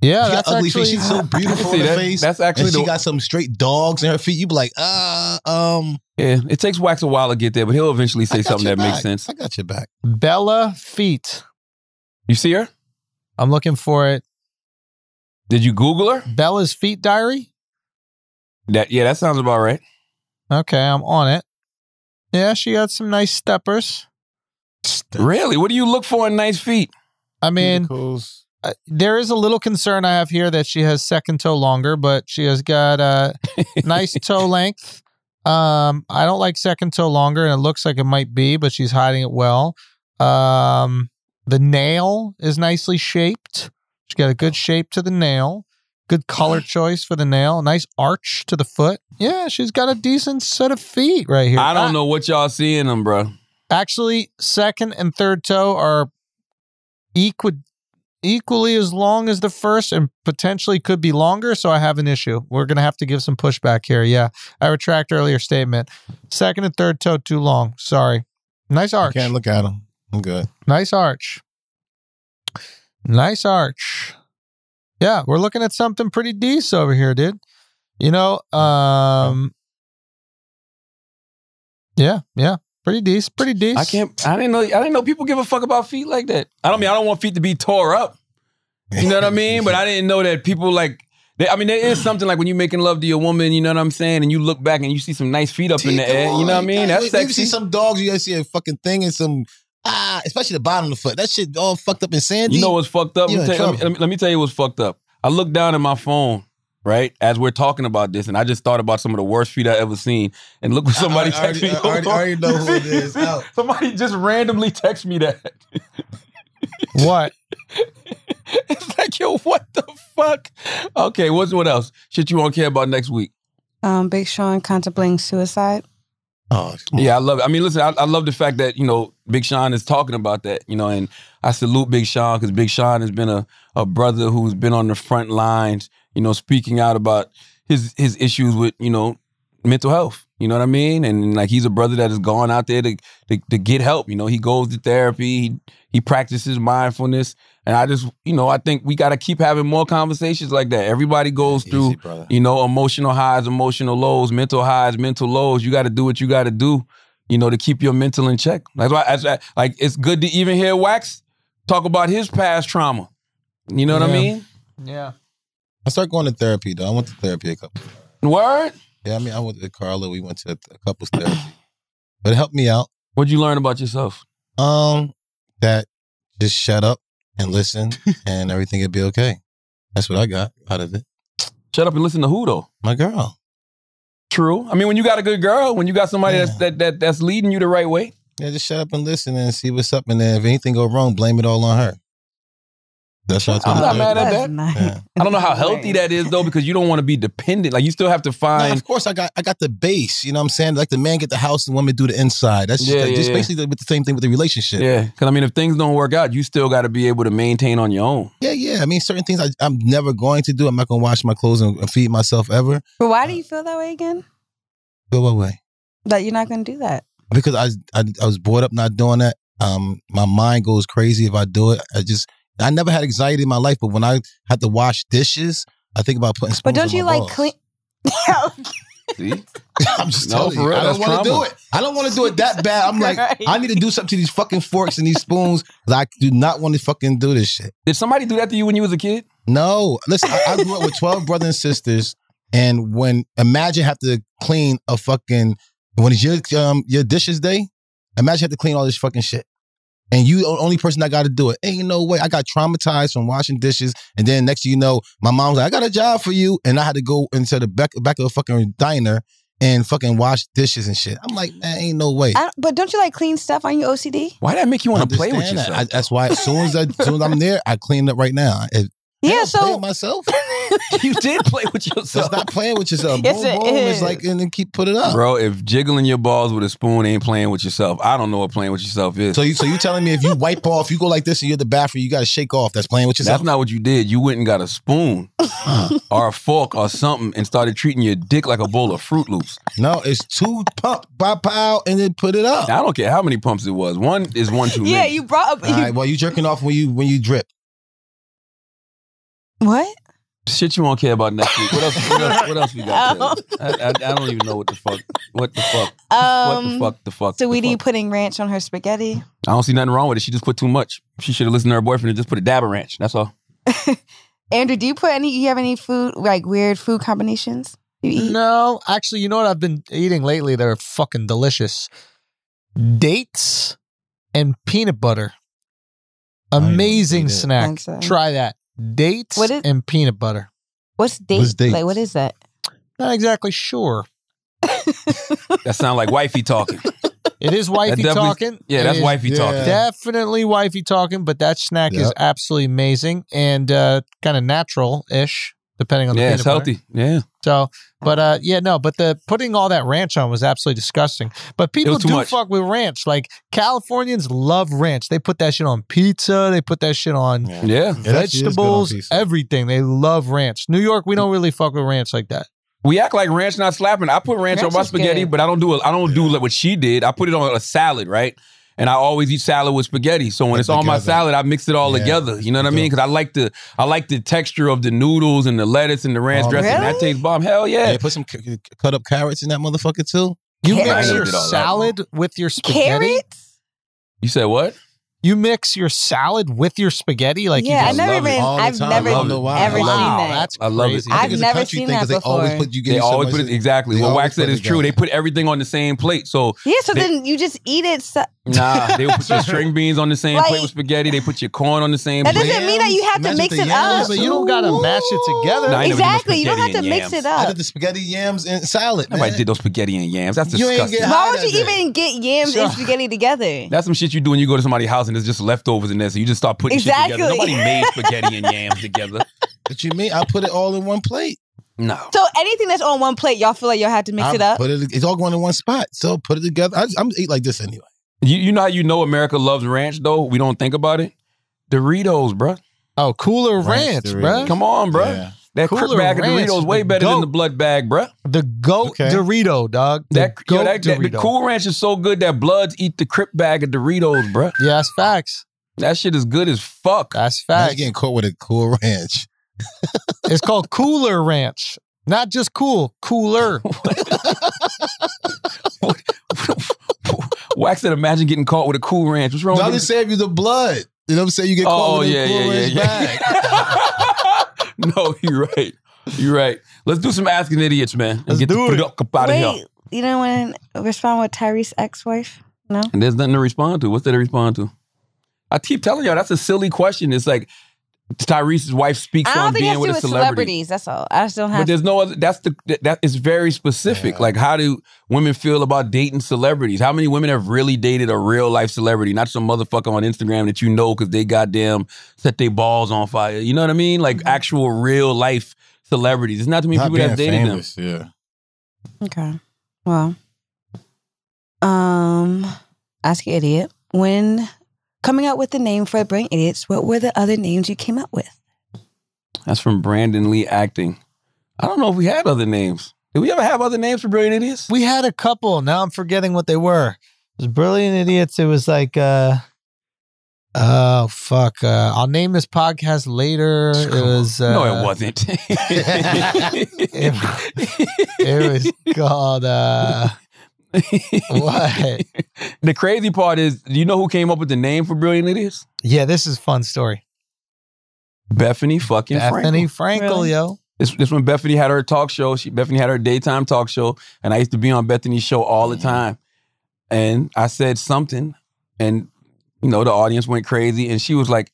Yeah,
she got
that's
ugly
actually.
feet. She's so beautiful
See,
in the
that-
face.
that's actually
and she
the-
got some straight dogs in her feet. You be like, uh, um,
Yeah, it takes Wax a while to get there, but he'll eventually
I
say
got
something
your
that makes
back.
sense.
I got your back.
Bella Feet.
You see her?
I'm looking for it.
Did you Google her?
Bella's Feet Diary.
That yeah, that sounds about right.
Okay, I'm on it. Yeah, she got some nice steppers.
Really? What do you look for in nice feet?
I mean,
Nicole's-
uh, there is a little concern I have here that she has second toe longer, but she has got uh, nice toe length. Um, I don't like second toe longer, and it looks like it might be, but she's hiding it well. Um, the nail is nicely shaped. She's got a
Oh.
good shape to the nail. Good color choice for the nail. Nice arch to the foot. Yeah, she's got a decent set of feet right here.
I don't know what y'all see in them, bro.
Actually, second and third toe are equal, equally as long as the first and potentially could be longer. So I have an issue. We're going to have to give some pushback here. Yeah. I retract earlier statement. Second and third toe too long. Sorry. Nice
I
arch.
can't look at him. I'm good.
Nice arch. Nice arch. Yeah, we're looking at something pretty decent over here, dude. You know, um Yeah, yeah. Pretty decent, pretty decent.
I can't. I didn't know. I didn't know people give a fuck about feet like that. I don't mean I don't want feet to be tore up. You know what I mean? But I didn't know that people like. They, I mean, there is something like when you're making love to your woman. You know what I'm saying? And you look back and you see some nice feet up in the
Come
air. You know what I
on.
mean?
You-
That's
You
sexy.
see some dogs, you guys see a fucking thing and some ah, especially the bottom of the foot. That shit all fucked up and sandy.
You know what's fucked up?
You're
Let me,
in
tell, let, me,
trouble.
let, me, let me tell you what's fucked up. I looked down at my phone, right, as we're talking about this, and I just thought about some of the worst feet I ever seen. And look what
I-
somebody
I already-
texted me.
I already- I already know who it is. Out.
Somebody just randomly texted me that.
What?
It's like, yo, what the fuck? Okay, what's what else? Shit you won't care about next week.
Um, Big Sean contemplating suicide.
Oh, come on.
Yeah, I love it. I mean, listen, I, I love the fact that, you know, Big Sean is talking about that, you know, and I salute Big Sean because Big Sean has been a, a brother who's been on the front lines, you know, speaking out about his his issues with, you know, mental health. You know what I mean? And like he's a brother that has gone out there to to, to get help. You know, he goes to therapy, he, he practices mindfulness. And I just, you know, I think we gotta keep having more conversations like that. Everybody goes
Easy,
through
brother.
you know, emotional highs, emotional lows, mental highs, mental lows. You got to do what you got to do, you know, to keep your mental in check. That's why, that's why- like, it's good to even hear Wax talk about his past trauma. You know what I
Yeah.
mean?
Yeah.
I start going to therapy though. I went to therapy a couple.
Word.
Yeah, I mean, I went to Carla. We went to a, a couples therapy, but it helped me out.
What'd you learn about yourself?
Um, that just shut up and listen, and everything will be okay. That's what I got out of it.
Shut up and listen to who though.
My girl.
True. I mean, when you got a good girl, when you got somebody that's that, that that's leading you the right way,
Yeah, just shut up and listen and see what's up. And then if anything go wrong, blame it all on her. That's what I
I'm
told
not
Uh,
her.
mad at that.
Nice.
Yeah.
I don't know how healthy that is though, because you don't want to be dependent. Like you still have to
Nah,
find.
of course, I got I got the base. You know what I'm saying? Like the man get the house, the woman do the inside. That's just,
Yeah,
like,
yeah,
just
yeah.
basically the, with the same thing with the relationship.
Yeah, because I mean, if things don't work out, you still got to be able to maintain on your own.
yeah. yeah. I mean, certain things I, I'm never going to do. I'm not going to wash my clothes and, and feed myself ever.
But why do you feel that way again?
Go away.
That you're not going to do that?
Because I, I I was brought up not doing that. Um, my mind goes crazy if I do it. I just I never had anxiety in my life, but when I had to wash dishes, I think about putting.
But
spoons
don't
in
you
my
like
balls.
clean?
See,
I'm just
No,
telling
for
you,
real,
I don't
that's
want to do
trauma.
it. I don't want to do it that bad. I'm like,
Christ.
I need to do something to these fucking forks and these spoons. 'cause I do not want to fucking do this shit.
did somebody do that to you when you was a kid?
No, listen, I, I grew up with twelve brothers and sisters, and when imagine have to clean a fucking when it's your um your dishes day, imagine have to clean all this fucking shit. And you the only person that got to do it. Ain't no way. I got traumatized from washing dishes, and then next thing you know, my mom was like, "I got a job for you," and I had to go into the back back of a fucking diner and fucking wash dishes and shit. I'm like, man, ain't no way.
I don't, but don't you like clean stuff? Aren't you OCD?
Why that make you want to play with
Understand that.
yourself?
I- that's why as soon as, I, as soon as I'm there, I clean it right now. It,
Yeah,
I'm playing
so
myself.
you did play with yourself.
Just not playing with yourself.
Yes,
boom,
it
boom. It's
is.
like, and then keep putting it up.
Bro, if jiggling your balls with a spoon ain't playing with yourself, I don't know what playing with yourself is.
So you, so you telling me if you wipe off, you go like this, and you're at the bathroom, you got to shake off. That's playing with yourself. Uh-huh.
That's not what you did. You went and got a spoon or a fork or something and started treating your dick like a bowl of Fruit Loops.
no, it's two pump, pop out, and then put it up.
Now, I don't care how many pumps it was. One is one too many.
yeah, you brought up
All right. Well, you jerking off when you when you drip.
what?
Shit you won't care about next week. What else, what else, what else we got? Taylor? I, I, I don't even know what the fuck. What the fuck. what the
Um,
fuck, the fuck, the
Sweetie
fuck.
putting ranch on her spaghetti.
I don't see nothing wrong with it. She just put too much. She should have listened to her boyfriend and just put a dab of ranch. That's all.
Andrew, do you put any? You have any food like weird food combinations you eat?
No, actually, you know what I've been eating lately that are fucking delicious? Dates and peanut butter.
don't even
Amazing
eat it.
snack.
Think so.
Try that. Dates
What is-
and peanut butter.
What's date?
What's date?
Like what is that?
Not exactly sure.
That sound like wifey talking.
It is
That
wifey
definitely-
talking.
Yeah,
It
that's
is
wifey
yeah.
talking.
Definitely wifey talking, but that snack is
Yep.
absolutely amazing and uh, kind of natural ish, depending on the
yeah,
peanut
it's
butter.
healthy. Yeah.
So, but uh, yeah, no, but the putting all that ranch on was absolutely disgusting. But people
was too
do
much.
fuck with ranch. Like Californians love ranch. They put that shit on pizza. They put that shit on
Yeah.
Yeah, that shit is good on
vegetables.
pizza.
Eh.
everything. They love ranch. New York, we don't really fuck with ranch like that.
We act like ranch not slapping. I put ranch,
Ranch
on my
is
spaghetti,
good.
but I don't do a, I don't do like what she did. I put it on a salad, right? And I always eat salad with spaghetti. So when
Like
it's on my
together.
salad, I mix it all
Yeah,
together. You know what I
you
mean? Because I like the I like the texture of the noodles and the lettuce and the ranch
Oh,
dressing. That
really?
tastes bomb. Hell yeah.
Yeah, put some c- c- cut up carrots in that motherfucker too.
You
Carrots?
mix
I
your
did all that.
salad with your spaghetti.
Carrots?
You said what?
You mix your salad with your spaghetti. Like
yeah,
you
I
just
never
love it
even.
all the
I've
time.
never
I don't know
why.
ever
I
seen
love
wow,
that.
that's
I love it.
crazy.
I've
think it's a
never
country
seen
thing 'cause
that
They always
before.
put you get
They
so
always
much-
put it exactly.
they
What
always
Wax
put
said
it
is true.
together.
They put everything on the same plate. So
yeah, so
They-
then you just eat it. So,
nah, they would put your string beans on the same
Like-
plate with spaghetti. They put your corn on the same
that
plate.
doesn't mean that you have to
Imagine
mix
the
it
yams,
Yeah,
up.
but you don't gotta mash it together.
Nah, I ain't never did no
exactly, you don't have
spaghetti
to
and
mix
yams.
it
I
up.
did the spaghetti yams and salad.
Nobody
man.
did those spaghetti and yams. That's
You ain't
disgusting.
get
Why
high
would
that
you
day.
even get yams
Sure.
and spaghetti together?
That's some shit you do when you go to somebody's house and there's just leftovers in there. So you just start putting shit together.
Exactly.
Nobody made spaghetti and yams together.
What you mean? I put it all in one plate.
No.
So anything that's on one plate, y'all feel like y'all have to mix
I
it up.
Put it. It's all going in one spot. So put it together. I, I'm eat like this anyway.
You, you know how you know America loves ranch, though? We don't think about it. Doritos, bruh.
Oh, cooler
Ranch
ranch,
there
bruh.
is.
Come on, bruh.
Yeah.
That cooler
Cooler
bag of
Ranch
Doritos
is
way
the
better than
goat.
the blood bag, bruh.
The goat
Okay.
Dorito, dog. The
That,
goat
yo, that, that- the
Dorito.
cool ranch is so good that bloods eat the crip bag of Doritos, bruh.
Yeah, that's facts.
That shit is good as fuck.
That's
Now you
facts.
getting caught with a cool ranch.
It's called Cooler Ranch. Not just cool, cooler.
Wax it, imagine getting caught with a cool ranch. What's wrong
No, I'm
with
just saying if you the blood. You know what I'm saying? You get caught
Oh,
with
yeah,
a cool
yeah,
ranch
yeah,
bag.
no, you're right. You're right. Let's do some asking idiots, man. And
Let's
get
do
the
it.
fuck up out of here.
Wait, you don't want to respond with Tyrese ex-wife? No.
And there's nothing to respond to. What's there to respond to? I keep telling y'all that's a silly question. It's like Tyrese's wife speaks
I don't
on
think it has
being
to do
with a
with
celebrity.
celebrities. That's all. I just don't
But
have.
there's no other. That's the that- that is very specific. Like, how do women feel about dating celebrities? How many women have really dated a real life celebrity, not some motherfucker on Instagram that you know because they goddamn set their balls on fire? You know what I mean? Like actual real life celebrities. There's not too many
Not
people that
being
have dated
famous, yeah.
okay. Well, um, ask your idiot when coming up with the name for Brain Idiots. What were the other names you came up with?
them. That's from Brandon Lee acting. I don't know if we had other names. Did we ever have other names for brilliant idiots?
We had a couple. Now I'm forgetting what they were. It was Brilliant Idiots. It was like, uh, oh, fuck. Uh, I'll name this podcast later. It was. Uh,
no, it wasn't.
It, it was called, uh, what?
the crazy part is, do you know who came up with the name for Brilliant Idiots?
Yeah, this is a fun story.
Bethany fucking
Bethany
Frankel.
Frankel,
Really?
yo.
This, this when Bethany had her talk show. She Bethany had her daytime talk show, and I used to be on Bethany's show all the
Mm.
time. And I said something, and you know the audience went crazy, and she was like,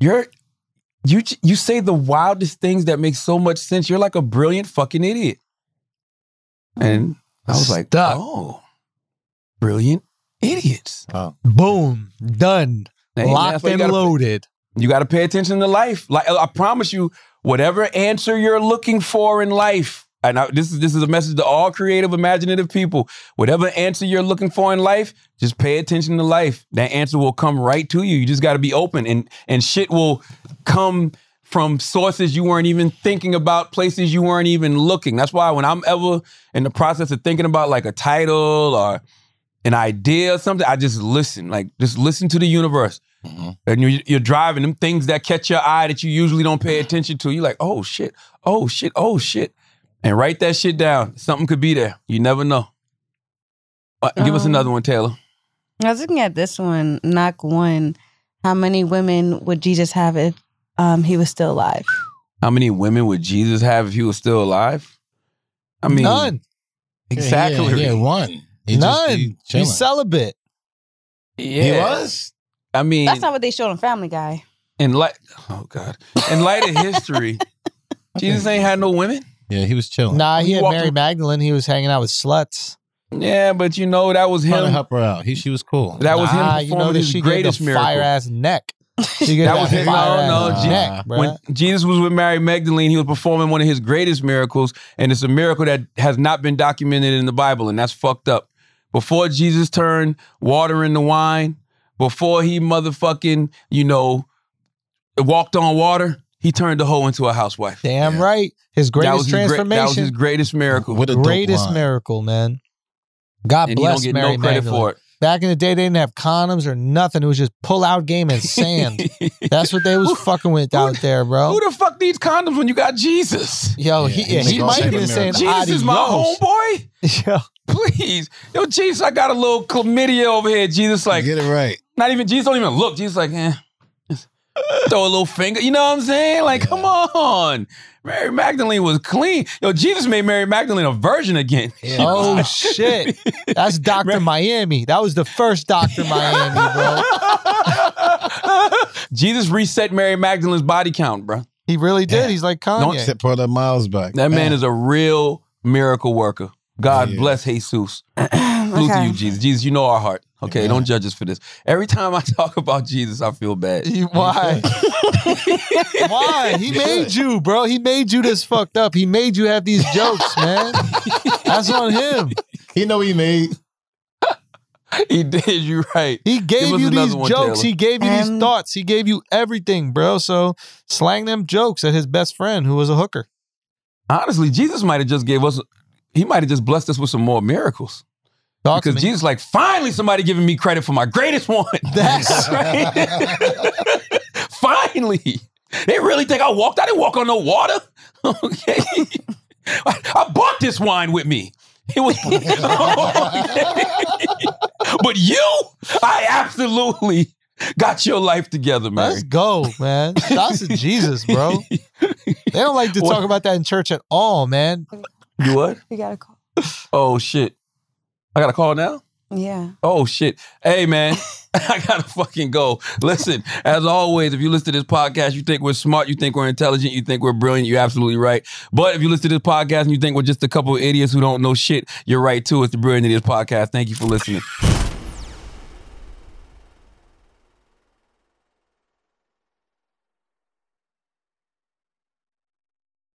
"You're." You, you say the wildest things that make so much sense. You're like a brilliant fucking idiot. And I was like,
Stuck.
oh, brilliant idiots.
Boom. Done.
Hey, that's
Locked
why you
and
gotta-
loaded.
You got to pay attention to life. Like I promise you, whatever answer you're looking for in life, and I, this is this is a message to all creative, imaginative people. Whatever answer you're looking for in life, just pay attention to life. That answer will come right to you. You just got to be open, and and shit will come from sources you weren't even thinking about, places you weren't even looking. That's why when I'm ever in the process of thinking about like a title or an idea or something, I just listen. Like just listen to the universe and you, you're driving them things that catch your eye that you usually don't pay attention to. You're like, oh shit, oh shit, oh shit, and write that shit down. Something could be there. You never know. Uh, give us
Um,
another one, Taylor.
I was looking at this one. Knock one. How many women would Jesus have if um, he was still alive?
How many women would Jesus have if he was still alive? I mean,
None.
Exactly.
Yeah, one. He just
None.
be
He's
chilling.
celibate.
Yeah.
He was.
I mean,
That's not what they showed on Family Guy.
in light, oh god, in light of history, Jesus ain't had no women.
Yeah, he was chilling.
Nah, he
He
had
walked
Mary
ar-
Magdalene. He was hanging out with sluts.
Yeah, but you know that was
Trying to
him.
help her out. He, she was cool.
That was him
Nah,
performing
you know that
his
she
greatest
gave the
miracle.
fire ass neck. She gave
That was his- Oh, no,
fire-ass
no, Je-
neck, bruh.
When Jesus was with Mary Magdalene, he was performing one of his greatest miracles, and it's a miracle that has not been documented in the Bible, and that's fucked up. Before Jesus turned water into wine, before he motherfucking, you know, walked on water, he turned the hoe into a housewife.
Damn right.
his
His greatest
great- that was
transformation.
his greatest miracle.
What a dope
greatest
line.
miracle, man. God
and he don't
bless
get
Mary
no credit
Magdalene.
for it.
Back in the day, they didn't have condoms or nothing. It was just pull out game and sand. That's what they was fucking with out there, bro.
Who the fuck needs condoms when you got Jesus?
Yo,
Yeah,
he,
he
yeah,
was
he
gonna
might
say
have
the
been saying
miracle.
Jesus is my
adios.
homeboy?
Yo,
Please. Yo, Jesus, I got a little chlamydia over here. Jesus, like,
Get it right.
Not even Jesus don't even look. Jesus like, eh. Throw a little finger. You know what I'm saying? Like, come on. Mary Magdalene was clean. Yo, Jesus made Mary Magdalene a virgin again.
Oh shit. That's Dr. Miami. That was the first Dr. Miami, bro.
Jesus reset Mary Magdalene's body count, bro.
He really did. He's like
Don't
Kanye.
Except for the miles back.
That man is a real miracle worker. God
Yeah.
bless Jesus. Salute to
Okay.
you, Jesus. Jesus, you know our heart. Okay, don't judge us for this. Every time I talk about Jesus, I feel bad.
He- why? why? He made you, bro. He made you this fucked up. He made you have these jokes, man. That's on him.
He know he made.
He did. You right.
He gave
us
you
another
these
one,
jokes.
Taylor.
He gave you these
Um,
thoughts. He gave you everything, bro. So slang them jokes at his best friend who was a hooker.
Honestly, Jesus might have just gave us. He might have just blessed us with some more miracles.
Talk to
Because
me.
Jesus, like, finally somebody giving me credit for my greatest one.
That's
finally. They really think I walked. I didn't walk on no water. Okay. I, I bought this wine with me. It was But you, I absolutely got your life together,
Let's
man.
go, man. That's a Jesus, bro. They don't like to
What?
talk about that in church at all, man.
You what?
You got to call.
Oh shit. I got a call now?
Yeah.
Oh shit. Hey man, I gotta fucking go. Listen, as always, if you listen to this podcast, you think we're smart, you think we're intelligent, you think we're brilliant, you're absolutely right. But if you listen to this podcast and you think we're just a couple of idiots who don't know shit, you're right too. It's the Brilliant Idiots Podcast. Thank you for listening.